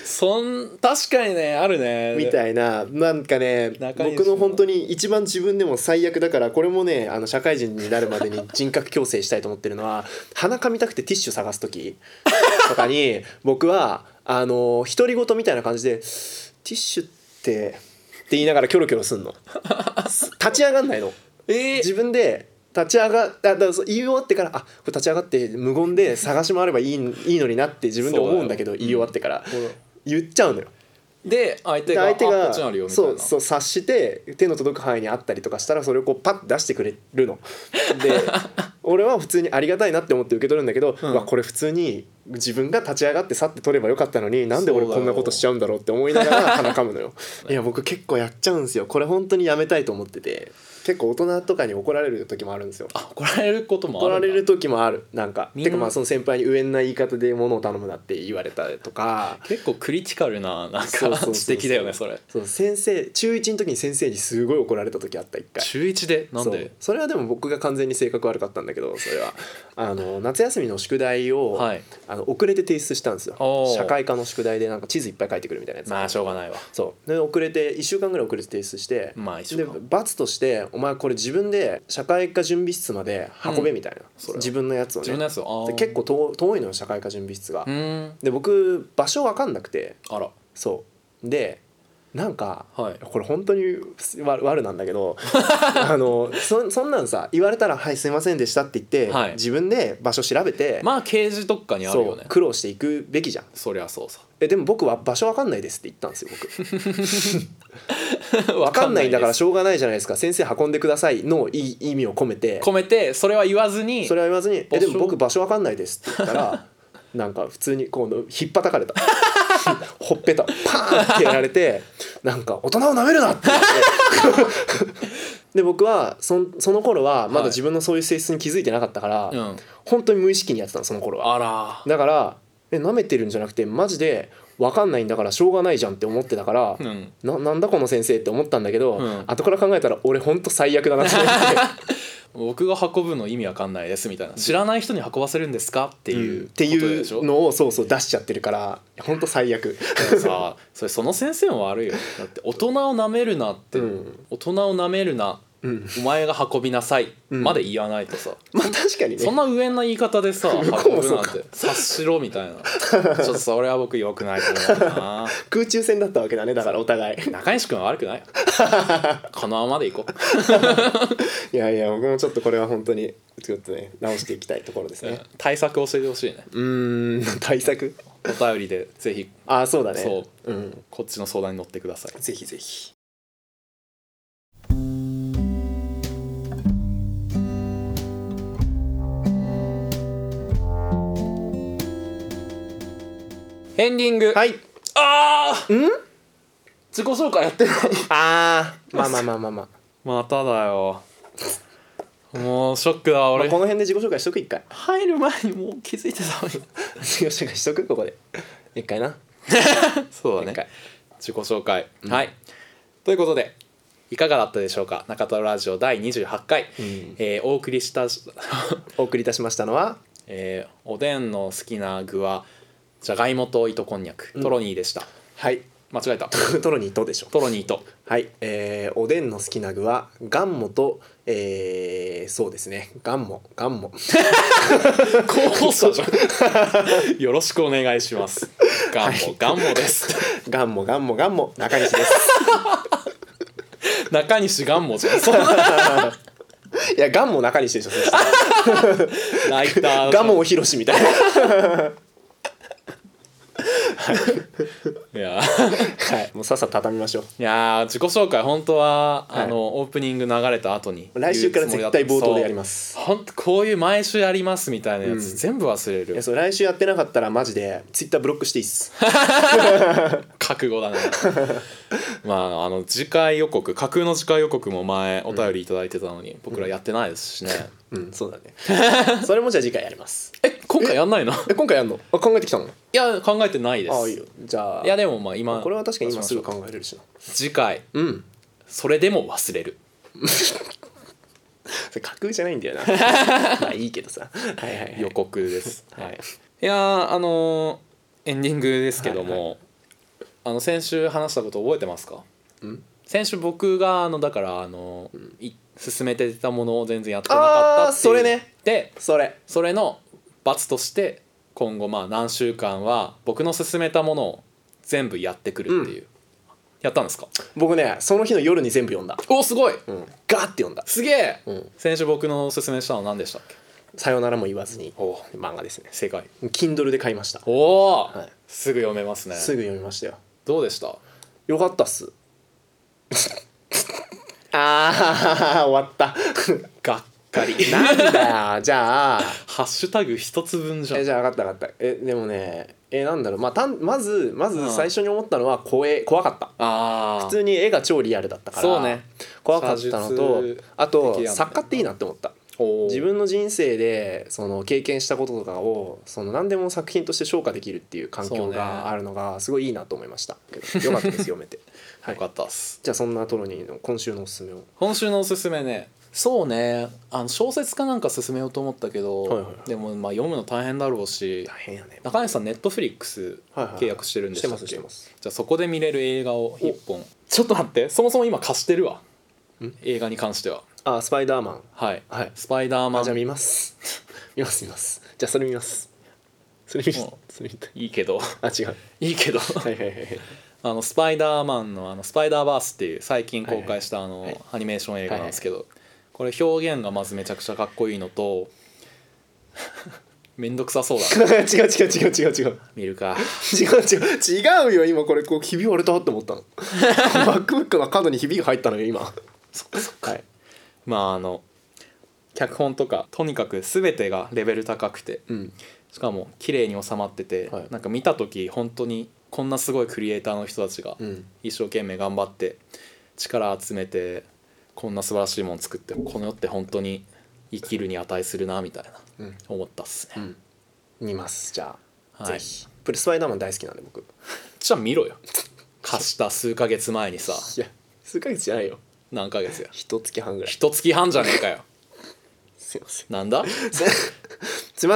A: そん確かにねあるね
B: み
A: い
B: たいななんかね
A: 仲良しの
B: 僕の本当に一番自分でも最悪だからこれもねあの社会人になるまで に人格矯正したいと思ってるのは鼻かみたくてティッシュ探す時とかに 僕はあの独り言みたいな感じで「ティッシュって」って言いながらキョロキョロすんの立ち上がんないの
A: えー
B: 自分で立ち上がだだからそう言い終わってからあこれ立ち上がって無言で探し回ればいいんいいのになって自分で思うんだけど
A: そうだよ
B: 言い終わってから
A: ほら
B: 言っちゃうのよ
A: で相手
B: で
A: が
B: 相手
A: あこ
B: が
A: っちにあるよみたい
B: そう
A: な
B: そう察して手の届く範囲にあったりとかしたらそれをこうパッて出してくれるの。 で俺は普通にありがたいなって思って受け取るんだけど、
A: うん
B: うわこれ普通に自分が立ち上がって去って取ればよかったのになんで俺こんなことしちゃうんだろうって思いながら鼻か むのよ。いや僕結構やっちゃうんですよこれ本当にやめたいと思ってて結構大人とかに怒られる時もあるんですよ。
A: あ怒られることも
B: 怒
A: ある
B: ら
A: んだ
B: れる時もあるなんか
A: みんな
B: てかまあその先輩に上んな言い方で物を頼むなって言われたりとか
A: 結構クリティカルななんか
B: そうそうそうそう
A: 指摘だよねそれ
B: そう先生中1の時に先生にすごい怒られた時あった一回
A: 中1でなん
B: そう
A: で
B: それはでも僕が完全に性格悪かったんだけど それはあの夏休みの宿題を、
A: はい
B: あの遅れて提出したんですよ
A: おー
B: 社会科の宿題でなんか地図いっぱい書いてくるみたいなやつ、
A: まあしょうがないわ
B: そうで遅れて1週間ぐらい遅れて提出して、
A: まあ一
B: で
A: 緒か
B: 罰としてお前これ自分で社会科準備室まで運べみたいな、
A: それは
B: 自分のやつを
A: 自分の
B: ね
A: やつをあ
B: で
A: ー
B: 結構遠遠いのよ社会科準備室が、
A: うーん
B: で僕場所分かんなくて
A: あら
B: そうでなんか、
A: はい
B: これ本当にわ悪なんだ けどあのそそんなんさ言われたら「はいすいませんでした」って言って、
A: はい
B: 自分で場所調べて、
A: まあ刑事特化にある
B: そ
A: よ
B: う
A: ね
B: 苦労していくべきじゃん
A: そりゃそうさ
B: えでも僕は場所わかんないですって言ったんですよ 僕 わかんないんだからしょうがないじゃないですか先生運んでくださいのいい意味を込めて
A: 込めてそれは言わずに
B: それは言わずに「
A: 場所
B: えでも僕場所わかんないです」って言っ たらなんか普通にこうひっぱたかれた ほっぺたパーンってやられてなんか「大人をなめるな!」って言ってで僕はそんその頃はまだ自分のそういう性質に気づいてなかったから、
A: うん
B: 本当に無意識にやってたのその頃は。
A: あら
B: だからえ舐めてるんじゃなくてマジで分かんないんだからしょうがないじゃんって思ってたから、
A: うん
B: ななんだこの先生って思ったんだけど、
A: うん
B: 後から考えたら俺ほんと最悪だなって思って。
A: 僕が運ぶの意味わかんないですみたいな知らない人に運ばせるんですかっていう、
B: ってい
A: でしょ
B: うのをそうそう出しちゃってるから本当最悪
A: でもさそれその先生も悪いよだって大人をなめるなって、
B: うん
A: 大人をなめるな
B: うん
A: お前が運びなさい」
B: うん
A: まで言わないとさ、
B: まあ確かにね
A: そんな上な言い方でさ
B: 向こう
A: 運
B: も
A: ぶ
B: そ
A: な
B: うんか
A: て察しろみたいなちょっとそれは僕良くないと思うな
B: 空中戦だったわけだねだからお互い
A: 中西君は悪く ないこのままでいこう
B: いやいや僕もちょっとこれは本当にちょっとね直していきたいところですね
A: 対策教えてほしいね
B: うーん対策
A: お便りでぜひ
B: ああそうだね、
A: そう
B: うん、
A: こっちの相談に乗ってください
B: ぜひぜひ
A: エンディング、
B: はい
A: ああ
B: ん
A: 自己紹介やってない
B: あーまあまあまあまあまあ、
A: まただよもうショックだ
B: まあ、
A: 俺、
B: この辺で自己紹介しとく一回
A: 入る前にもう気づいてたのに
B: 自己紹介しとくここで一回な
A: そうだ
B: 一回
A: ね自己紹介、はいということでいかがだったでしょうか中田ラジオ第28回、
B: ん
A: えーお送りしたし、
B: お送りいたしましたのは
A: えーおでんの好きな具はじゃがいもと糸こんにゃく
B: うん
A: トロニーでした、
B: はい
A: 間違えた
B: トロニーとでしょ
A: トロニーと
B: はい、えー、おでんの好きな具はガンモと、えー、そうですねガンモガンモ
A: 高校生じゃん よろしくお願いしますガンモ、ガンモです
B: ガンモガンモガンモ中西です
A: 中西ガンモじゃん
B: いやガンモ中西で しょそしたら
A: ライターじゃん
B: ガモひろしみたいな
A: いや
B: はいもうさっさと畳みましょう
A: いやー自己紹介本当は、あのオープニング流れた後に
B: 来週から絶対冒頭でやります
A: 本当こういう毎週やりますみたいなやつ、全部忘れ
B: い
A: る
B: やそう来週やってなかったらマジでツイッターブロックしていいっす
A: 覚悟だね まああの次回予告架空の次回予告も前お便りいただいてたのに、僕らやってないですしね、
B: うんそう だねそれもじゃあ次回やります
A: え今回やんないのい
B: え今回やんのあ考えてきたの
A: や考えてないです
B: ああいいよじゃあ
A: いやでもまあ今
B: これは確かに今すぐ考えれるしな
A: 次回
B: うん
A: それでも忘れる
B: それ架空じゃないんだ よなまあいいけどさはいはい、はい、
A: 予告です、
B: はい
A: い、やーあのーエンディングですけども、
B: はい
A: あの先週話したこと覚えてますか
B: うん
A: 先週僕があのだからあの、い進めてたものを全然やってな
B: あ
A: かったっ
B: ー
A: ていう
B: それね
A: で
B: それ
A: それの罰として今後まあ何週間は僕の進めたものを全部やってくるっていう、やったんですか
B: 僕ねその日の夜に全部読んだ、
A: おすごい
B: うん、ガーって読んだ
A: すげえ、
B: うん
A: 先週僕のおすすめしたの何でしたっけ
B: 「さよならも言わずに
A: お」
B: 漫画ですね
A: 正解
B: Kindle で買いました
A: おおー、
B: はい
A: すぐ読めますね
B: すぐ読みましたよ
A: どうでした
B: よかったっ すああ終わった
A: がっ かり
B: な んだよじゃあ
A: ハッシュタグ一つ分じゃ
B: え
A: ん
B: じゃあ分かった分かったえでもねえなんだろう、まあ、たんまずま
A: う
B: ず
A: ん
B: 最初に思ったのは声怖かった
A: ああ
B: 普通に絵が超リアルだったから
A: そうね
B: 怖かったの
A: 写
B: と
A: 実的
B: あ
A: だ
B: と
A: ね
B: 作家っていいなって思った
A: おー
B: 自分の人生でその経験したこととかをその何でも作品として昇華できるっていう環
A: そう
B: 境
A: ね
B: があるのがすごいいいなと思いましたけどよかったです 読めて、は
A: よ
B: い、
A: かったっす
B: じゃあそんなトロニーの今週のおすすめを
A: 今週のおすすめねそうねあの小説かなんか進めようと思ったけど、
B: はいはいはい
A: でもまあ読むの大変だろうし
B: 大変やね
A: 中西さんネットフリックス
B: はいはい
A: 契約してるんで
B: し
A: した
B: て
A: っ
B: ま
A: け
B: すしてます
A: じゃあそこで見れる映画を一本ちょっと待ってそもそも今貸してるわ映画に関しては
B: あスパイダーマン
A: はい、
B: はい
A: スパイダーマ
B: あじゃあ
A: ン
B: 見ます 見ます見ますじゃあそれ見ますそれ見
A: うん
B: それ見たい
A: いいけど
B: あ違う
A: いいけど
B: はいはいはいはい
A: あのスパイダーマンの「あのスパイダーバース」っていう最近公開したあの、
B: はいはい
A: アニメーション映画なんですけど、これ表現がまずめちゃくちゃかっこいいのと めんどくさそうだな
B: 違う違う違う違う違う
A: 見る か
B: 違う違う違うよ今これこうひび割れたって 思ったの MacBook の角にひびが入ったのよ今
A: そっかそっか
B: はい
A: まああの脚本とかとにかく全てがレベル高くて
B: うん
A: しかも綺麗に収まってて、
B: はい
A: なんか見た時本当にこんなすごいクリエイターの人たちが
B: うん
A: 一生懸命頑張って力集めてこんな素晴らしいもの作ってこの世って本当に生きるに値するなみたいな
B: うん
A: 思ったっすね、
B: うん見ますじゃあ、
A: はい
B: ぜひプレスパイダーマン大好きなんで僕い
A: じゃあ見ろ よ貸した数ヶ月前にさ
B: や数ヶ月じゃないよ
A: 何ヶ月や
B: 一月半ぐらい
A: 一月半じゃねえかよ
B: すいません
A: なんだ
B: すいませんすい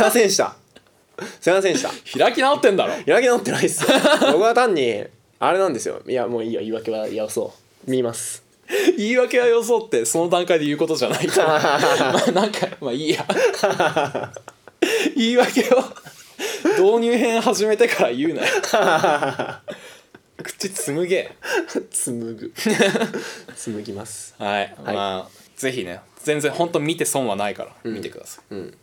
B: ませんでしたすいませんでした
A: 開き直ってんだろ
B: 開き直ってないっすよ僕は単にあれなんですよいやもういいよ言い訳はやそう見ます
A: 言い訳はよそってその段階で言うことじゃない からまあなんかまあいいや言い訳を導入編始めてから言うなよ口紡げ
B: 紡 ぐ紡ぎます
A: はい、
B: はい
A: まあぜひね全然本当見て損はないから、見てください、
B: ん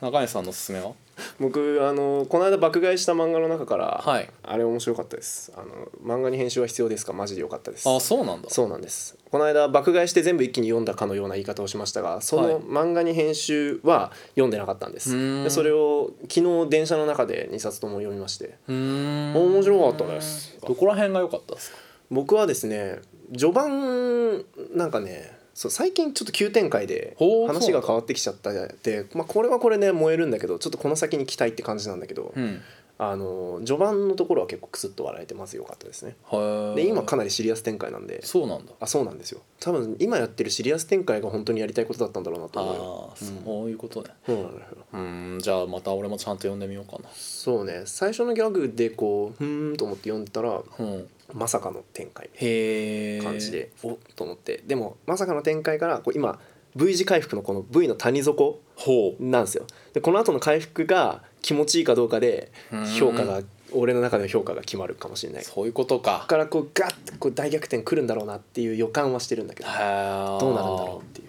A: な中西さんのおすすめは
B: 僕あのこの間爆買いした漫画の中から、
A: はい
B: あれ面白かったですあの漫画に編集は必要ですかマジで良かったです
A: あそうなんだ
B: そうなんですこの間爆買いして全部一気に読んだかのような言い方をしましたがそ
A: はい
B: の漫画に編集は読んでなかったんで
A: う
B: す、
A: ーん
B: でそれを昨日電車の中で2冊とも読みまして
A: うーん
B: 面白かったです
A: どこら辺が良かったですか
B: 僕はですね序盤なんかねそう最近ちょっと急展開で
A: ほう
B: 話が変わってきちゃったで、まあ、これはこれね燃えるんだけどちょっとこの先に期待って感じなんだけど、
A: うん
B: あの序盤のところは結構クスッと笑えてまず良かったですね
A: は
B: で今か
A: な
B: なりシリアス展開なんで
A: そうなんだ
B: あそうなんですよ多分今やってるシリアス展開が本当にやりたいことだったんだろうなと
A: あ
B: 思うよ
A: あそういうことね
B: そうなんだよ
A: うんじゃあまた俺もちゃんと読んでみようか
B: そうね最初のギャグでこうふーんと思って読んでたら
A: なうん
B: まさかの展開
A: へえ
B: 感じで、おっと思ってでもまさかの展開からこう今 V 字回復のこの V の谷底
A: ほう
B: なんですよでこの後の回復が気持ちいいかどうかで評価が俺の中での評価が決まるかもしれない
A: そういうこと
B: こ
A: か
B: こからこうガッとこう大逆転来るんだろうなっていう予感はしてるんだけどど
A: ど
B: うなるんだろうっていう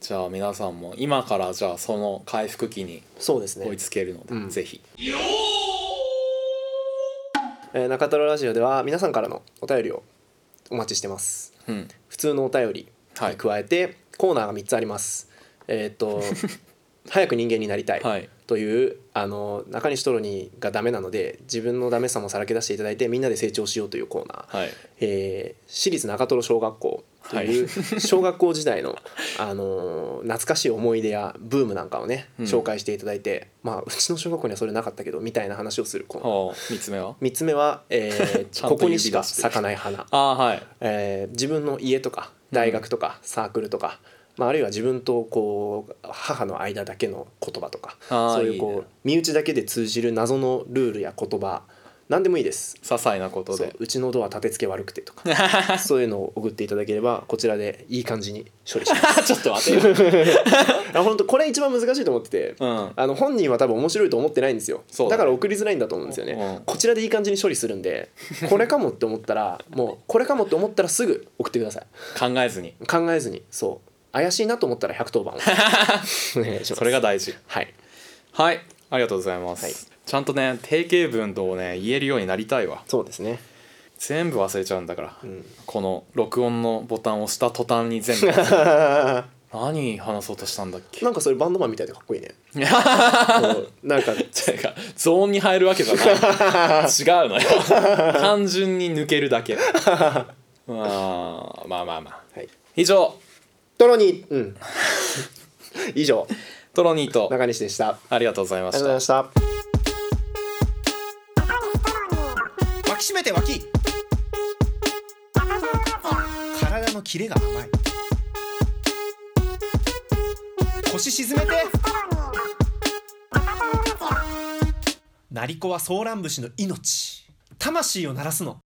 A: じゃあ皆さんも今からじゃあその回復期に
B: そうです
A: 追
B: ね
A: い、つけるので、
B: うん
A: ぜひ
B: えー中トロラジオでは皆さんからのお便りをお待ちしてます
A: うん
B: 普通のお便り
A: はい
B: に加えて、コーナーが3つありますえー っと早く人間になりたい、
A: はい
B: というあの中西トロニーがダメなので自分のダメさもさらけ出していただいてみんなで成長しようというコーナー、
A: はい
B: えー私立中トロ小学校という 小学校時代の、あのー懐かしい思い出やブームなんかをね
A: うん
B: 紹介していただいて、まあうちの小学校にはそれなかったけどみたいな話をするコーナー
A: はあ三つ目は
B: 3つ目は、えー
A: ちゃんと
B: ここにしか咲かない花、
A: ああはい
B: えー自分の家とか大学とかサークルとか、まあ、あるいは自分とこう母の間だけの言葉とか
A: あー
B: そういうこう
A: いいね
B: 身内だけで通じる謎のルールや言葉何でもいいです。
A: 些細なこと
B: そう
A: で
B: うちのドア立て付け悪くて とかそういうのを送っていただければこちらでいい感じに処 理します
A: あ ちょっと待 てよ、
B: あ本当これ一番難しいと思ってて、
A: うん、
B: あの本人は多分面白いと思ってないんですよ
A: そう
B: だ,、
A: だね
B: から送りづらいんだと思うんですよね、
A: うん
B: こちらでいい感じに処理するん でこれかもって思ったらもうこれかもって思ったらすぐ送ってください
A: 考えずに
B: 考えずにそう怪しいなと思ったら110番を お願いします
A: それが大事
B: はい
A: はいありがとうございます、
B: はい
A: ちゃんとね定型文とをね言えるようになりたいわ
B: そうですね
A: 全部忘れちゃうんだから、
B: ん
A: この録音のボタンを押した途端に全部何話そうとしたんだっけ
B: なんかそれバンドマンみたいでかっこいいね こうなんか
A: てかゾーンに入るわけじゃない違うのよ単純に抜けるだけまあまあまあまあ
B: はい
A: 以上
B: トロニーうん 以上
A: トロニーと
B: 中西でしたあ
A: ありがとうございま
B: りがと
A: し
B: うござ
A: た
B: いました
C: きしめて脇体のキレが甘い腰沈めて鳴子はソーラン節の命魂を鳴らすの